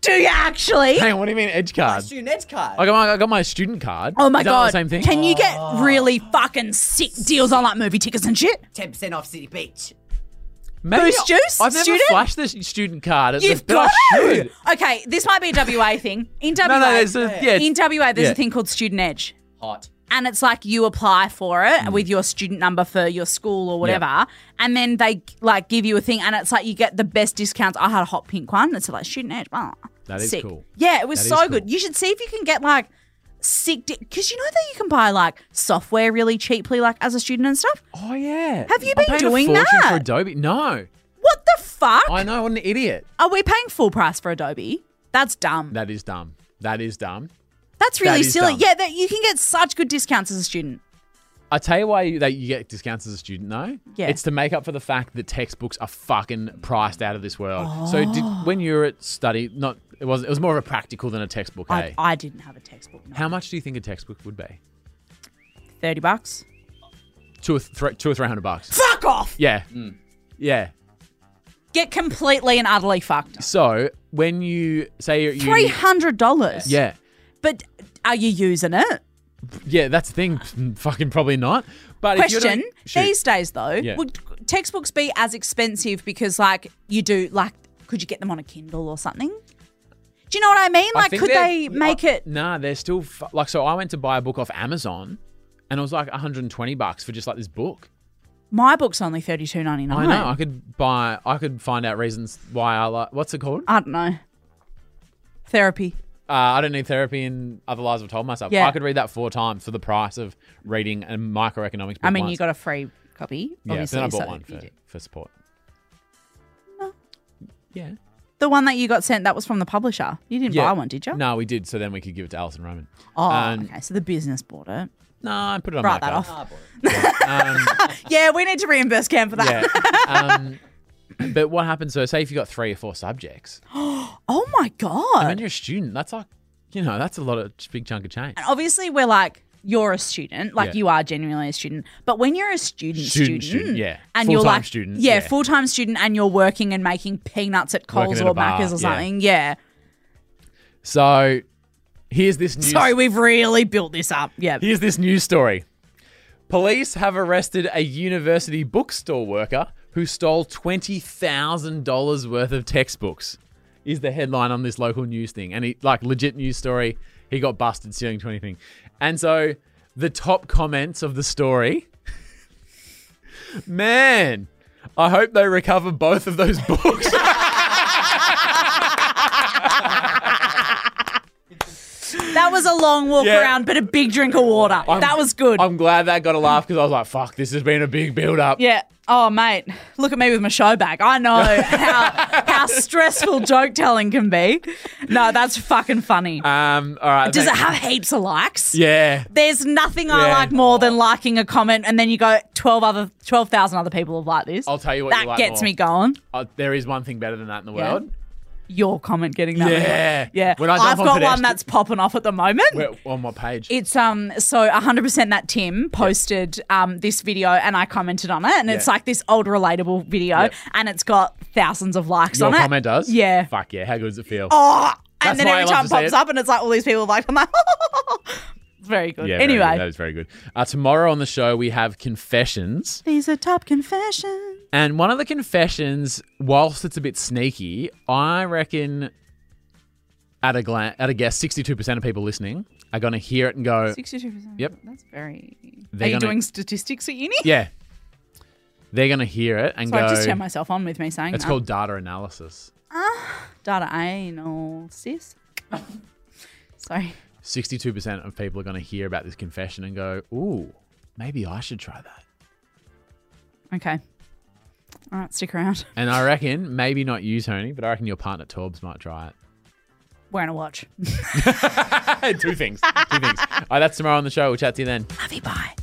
[SPEAKER 2] Do you actually?
[SPEAKER 1] Hang on, what do you mean edge card?
[SPEAKER 4] Student edge card.
[SPEAKER 1] I got my, I got my student card.
[SPEAKER 2] Oh my
[SPEAKER 1] Is that not
[SPEAKER 2] god.
[SPEAKER 1] the same thing.
[SPEAKER 2] Can you get really fucking sick deals on like movie tickets and shit?
[SPEAKER 4] 10% off City Beach.
[SPEAKER 1] Oh. Maybe
[SPEAKER 2] Boost
[SPEAKER 1] I-
[SPEAKER 2] juice,
[SPEAKER 1] I've never
[SPEAKER 2] student?
[SPEAKER 1] flashed the student card. It's
[SPEAKER 2] You've
[SPEAKER 1] but
[SPEAKER 2] got
[SPEAKER 1] I
[SPEAKER 2] to.
[SPEAKER 1] should.
[SPEAKER 2] Okay, this might be a WA thing. In WA,
[SPEAKER 1] No, no, there's a, yeah.
[SPEAKER 2] in WA, there's
[SPEAKER 1] yeah.
[SPEAKER 2] a thing called student edge.
[SPEAKER 4] Hot.
[SPEAKER 2] and it's like you apply for it
[SPEAKER 1] Mm.
[SPEAKER 2] with your student number for your school or whatever and then they like give you a thing and it's like you get the best discounts i had a hot pink one it's like student edge blah.
[SPEAKER 1] That is
[SPEAKER 2] sick.
[SPEAKER 1] cool.
[SPEAKER 2] yeah it was
[SPEAKER 1] That is
[SPEAKER 2] so
[SPEAKER 1] cool.
[SPEAKER 2] good you should see if you can get like sick because you know that you can buy like software really cheaply like as a student and stuff
[SPEAKER 1] Oh yeah.
[SPEAKER 2] Have you
[SPEAKER 1] I
[SPEAKER 2] been
[SPEAKER 1] paid
[SPEAKER 2] doing
[SPEAKER 1] a fortune
[SPEAKER 2] that?
[SPEAKER 1] for Adobe? No.
[SPEAKER 2] what the fuck
[SPEAKER 1] I know. What an idiot.
[SPEAKER 2] are we paying full price for adobe that's dumb
[SPEAKER 1] That is dumb. That is dumb.
[SPEAKER 2] that's really
[SPEAKER 1] is
[SPEAKER 2] silly
[SPEAKER 1] dumb.
[SPEAKER 2] yeah that you can get such good discounts as a student
[SPEAKER 1] I tell you why you, that you get discounts as a student though.
[SPEAKER 2] Yeah.
[SPEAKER 1] It's to make up for the fact that textbooks are fucking priced out of this world.
[SPEAKER 2] Oh.
[SPEAKER 1] So did when you were at study, not it was it was more of a practical than a textbook. eh?
[SPEAKER 2] I, I didn't have a textbook no.
[SPEAKER 1] How much do you think a textbook would be?
[SPEAKER 2] 30 bucks
[SPEAKER 1] Two or three, two or three hundred bucks.
[SPEAKER 2] [laughs] fuck off
[SPEAKER 1] Yeah. Yeah.
[SPEAKER 2] get completely and utterly fucked
[SPEAKER 1] So when you say you're at
[SPEAKER 2] Three
[SPEAKER 1] uni,
[SPEAKER 2] hundred dollars.
[SPEAKER 1] yeah,
[SPEAKER 2] But are you using it?
[SPEAKER 1] yeah, that's the thing. [laughs] Fucking probably not. But if you're
[SPEAKER 2] Question.
[SPEAKER 1] doing- shoot.
[SPEAKER 2] These days, though,
[SPEAKER 1] Yeah.
[SPEAKER 2] would textbooks be as expensive because, like, you do like Could you get them on a Kindle or something? Do you know what I mean?
[SPEAKER 1] I
[SPEAKER 2] Like,
[SPEAKER 1] think
[SPEAKER 2] could
[SPEAKER 1] they're-
[SPEAKER 2] they make it?
[SPEAKER 1] Nah, they're still fu- like. So I went to buy a book off Amazon, and it was like 120 bucks for just like this book.
[SPEAKER 2] My book's only thirty two ninety
[SPEAKER 1] I
[SPEAKER 2] nine.
[SPEAKER 1] know. I could buy. I could find out reasons why I like. What's it called? Uh,
[SPEAKER 2] I don't know. Therapy.
[SPEAKER 1] I don't need therapy, and other lies I've told myself.
[SPEAKER 2] Yeah.
[SPEAKER 1] I could read that four times for the price of reading a microeconomics book.
[SPEAKER 2] I mean,
[SPEAKER 1] once.
[SPEAKER 2] you got a free copy.
[SPEAKER 1] yeah.
[SPEAKER 2] obviously,
[SPEAKER 1] Then I bought
[SPEAKER 2] so
[SPEAKER 1] one
[SPEAKER 2] you
[SPEAKER 1] for,
[SPEAKER 2] did.
[SPEAKER 1] for support.
[SPEAKER 2] No.
[SPEAKER 1] Yeah.
[SPEAKER 2] The one that you got sent that was from the publisher. You didn't
[SPEAKER 1] Yeah.
[SPEAKER 2] buy one, did you?
[SPEAKER 1] No, we did. So then we could give it to Alison Roman.
[SPEAKER 2] Oh,
[SPEAKER 1] Um,
[SPEAKER 2] okay. So the business bought it.
[SPEAKER 1] No, I put it on
[SPEAKER 2] Write that
[SPEAKER 1] that
[SPEAKER 2] off.
[SPEAKER 4] Ah, boy.
[SPEAKER 1] Um,
[SPEAKER 2] Yeah, we need to reimburse Cam for that.
[SPEAKER 1] yeah. Um, [coughs] but what happens? So say if you got three or four
[SPEAKER 2] [gasps]
[SPEAKER 1] subjects,
[SPEAKER 2] Oh my god.
[SPEAKER 1] and when you're a student, that's like, you know, that's a lot of big chunk of change.
[SPEAKER 2] And obviously, we're like, you're a student, like
[SPEAKER 1] Yeah.
[SPEAKER 2] you are genuinely a student. But when you're a student,
[SPEAKER 1] Student, student, yeah.
[SPEAKER 2] and you're
[SPEAKER 1] Full-time
[SPEAKER 2] like,
[SPEAKER 1] student,
[SPEAKER 2] yeah,
[SPEAKER 1] yeah.
[SPEAKER 2] full time student, and you're working and making peanuts at
[SPEAKER 1] Working
[SPEAKER 2] Coles
[SPEAKER 1] at
[SPEAKER 2] or
[SPEAKER 1] a bar,
[SPEAKER 2] Macca's or
[SPEAKER 1] yeah.
[SPEAKER 2] something, yeah.
[SPEAKER 1] So here's this news.
[SPEAKER 2] Sorry, we've really built this up.
[SPEAKER 1] [laughs]
[SPEAKER 2] Yeah,
[SPEAKER 1] Here's this news story. Police have arrested a university bookstore worker who stole $20,000 worth of textbooks. Is the headline on this local news thing. And he like legit news story, he got busted stealing 20 thing. And so the top comments of the story [laughs] Man, I hope they recover both of those
[SPEAKER 2] [laughs]
[SPEAKER 1] books.
[SPEAKER 2] that was a long walk
[SPEAKER 1] Yeah.
[SPEAKER 2] around, but a big drink of water. that was good.
[SPEAKER 1] I'm glad that got a laugh because I was like, fuck, this has been a big build up.
[SPEAKER 2] yeah. Oh mate, look at me with my show bag. I know
[SPEAKER 1] [laughs]
[SPEAKER 2] how how stressful joke telling can be. No, that's fucking funny.
[SPEAKER 1] Um, all right.
[SPEAKER 2] Does it
[SPEAKER 1] thank-
[SPEAKER 2] have heaps of likes?
[SPEAKER 1] Yeah.
[SPEAKER 2] There's nothing I
[SPEAKER 1] Yeah.
[SPEAKER 2] like more than liking a comment and then you go 12 other 12,000 other people have liked this.
[SPEAKER 1] I'll tell you what
[SPEAKER 2] that
[SPEAKER 1] you like
[SPEAKER 2] gets
[SPEAKER 1] more.
[SPEAKER 2] me going.
[SPEAKER 1] Uh, there is one thing better than that in the
[SPEAKER 2] Yeah.
[SPEAKER 1] world.
[SPEAKER 2] Your comment getting that. many
[SPEAKER 1] Yeah.
[SPEAKER 2] likes. Yeah.
[SPEAKER 1] When I
[SPEAKER 2] I've
[SPEAKER 1] jump on
[SPEAKER 2] got one
[SPEAKER 1] pedestrian-
[SPEAKER 2] that's popping off at the moment.
[SPEAKER 1] Where, on what page?
[SPEAKER 2] it's um so 100% that Tim posted um this video and I commented on it and it's
[SPEAKER 1] Yeah.
[SPEAKER 2] like this old relatable video
[SPEAKER 1] Yep.
[SPEAKER 2] and it's got thousands of likes
[SPEAKER 1] Your
[SPEAKER 2] on it.
[SPEAKER 1] comment does?
[SPEAKER 2] Yeah.
[SPEAKER 1] Fuck yeah. How good does it feel?
[SPEAKER 2] Oh,
[SPEAKER 1] That's
[SPEAKER 2] and then
[SPEAKER 1] why I
[SPEAKER 2] every
[SPEAKER 1] love
[SPEAKER 2] time
[SPEAKER 1] to see
[SPEAKER 2] pops
[SPEAKER 1] it.
[SPEAKER 2] up and it's like all these people like [laughs] I'm like it's very good.
[SPEAKER 1] Yeah, very
[SPEAKER 2] anyway,
[SPEAKER 1] good. that was very good. Uh, tomorrow on the show, we have confessions.
[SPEAKER 2] these are top confessions.
[SPEAKER 1] And one of the confessions, whilst it's a bit sneaky, I reckon at a, glan- at a guess, 62% of people listening are going to hear it and go,
[SPEAKER 2] 62%.
[SPEAKER 1] Uh, Yep.
[SPEAKER 2] That's very.
[SPEAKER 1] They're
[SPEAKER 2] Are you
[SPEAKER 1] gonna-
[SPEAKER 2] doing statistics
[SPEAKER 1] [laughs]
[SPEAKER 2] at uni?
[SPEAKER 1] yeah. They're going to hear it and
[SPEAKER 2] So I
[SPEAKER 1] go,
[SPEAKER 2] just turned myself on with me saying
[SPEAKER 1] it's
[SPEAKER 2] that.
[SPEAKER 1] called data analysis.
[SPEAKER 2] data anal sis. [laughs] Sorry.
[SPEAKER 1] 62% of people are going to hear about this confession and go, ooh, maybe I should try that.
[SPEAKER 2] Okay. All right, stick around. [laughs]
[SPEAKER 1] And I reckon, maybe not you, Tony, but I reckon your partner Torbs might try [laughs]
[SPEAKER 2] Wearing a watch.
[SPEAKER 1] it. Two things. Two things. All right, that's tomorrow on the show. We'll chat to you then.
[SPEAKER 2] Love you, bye.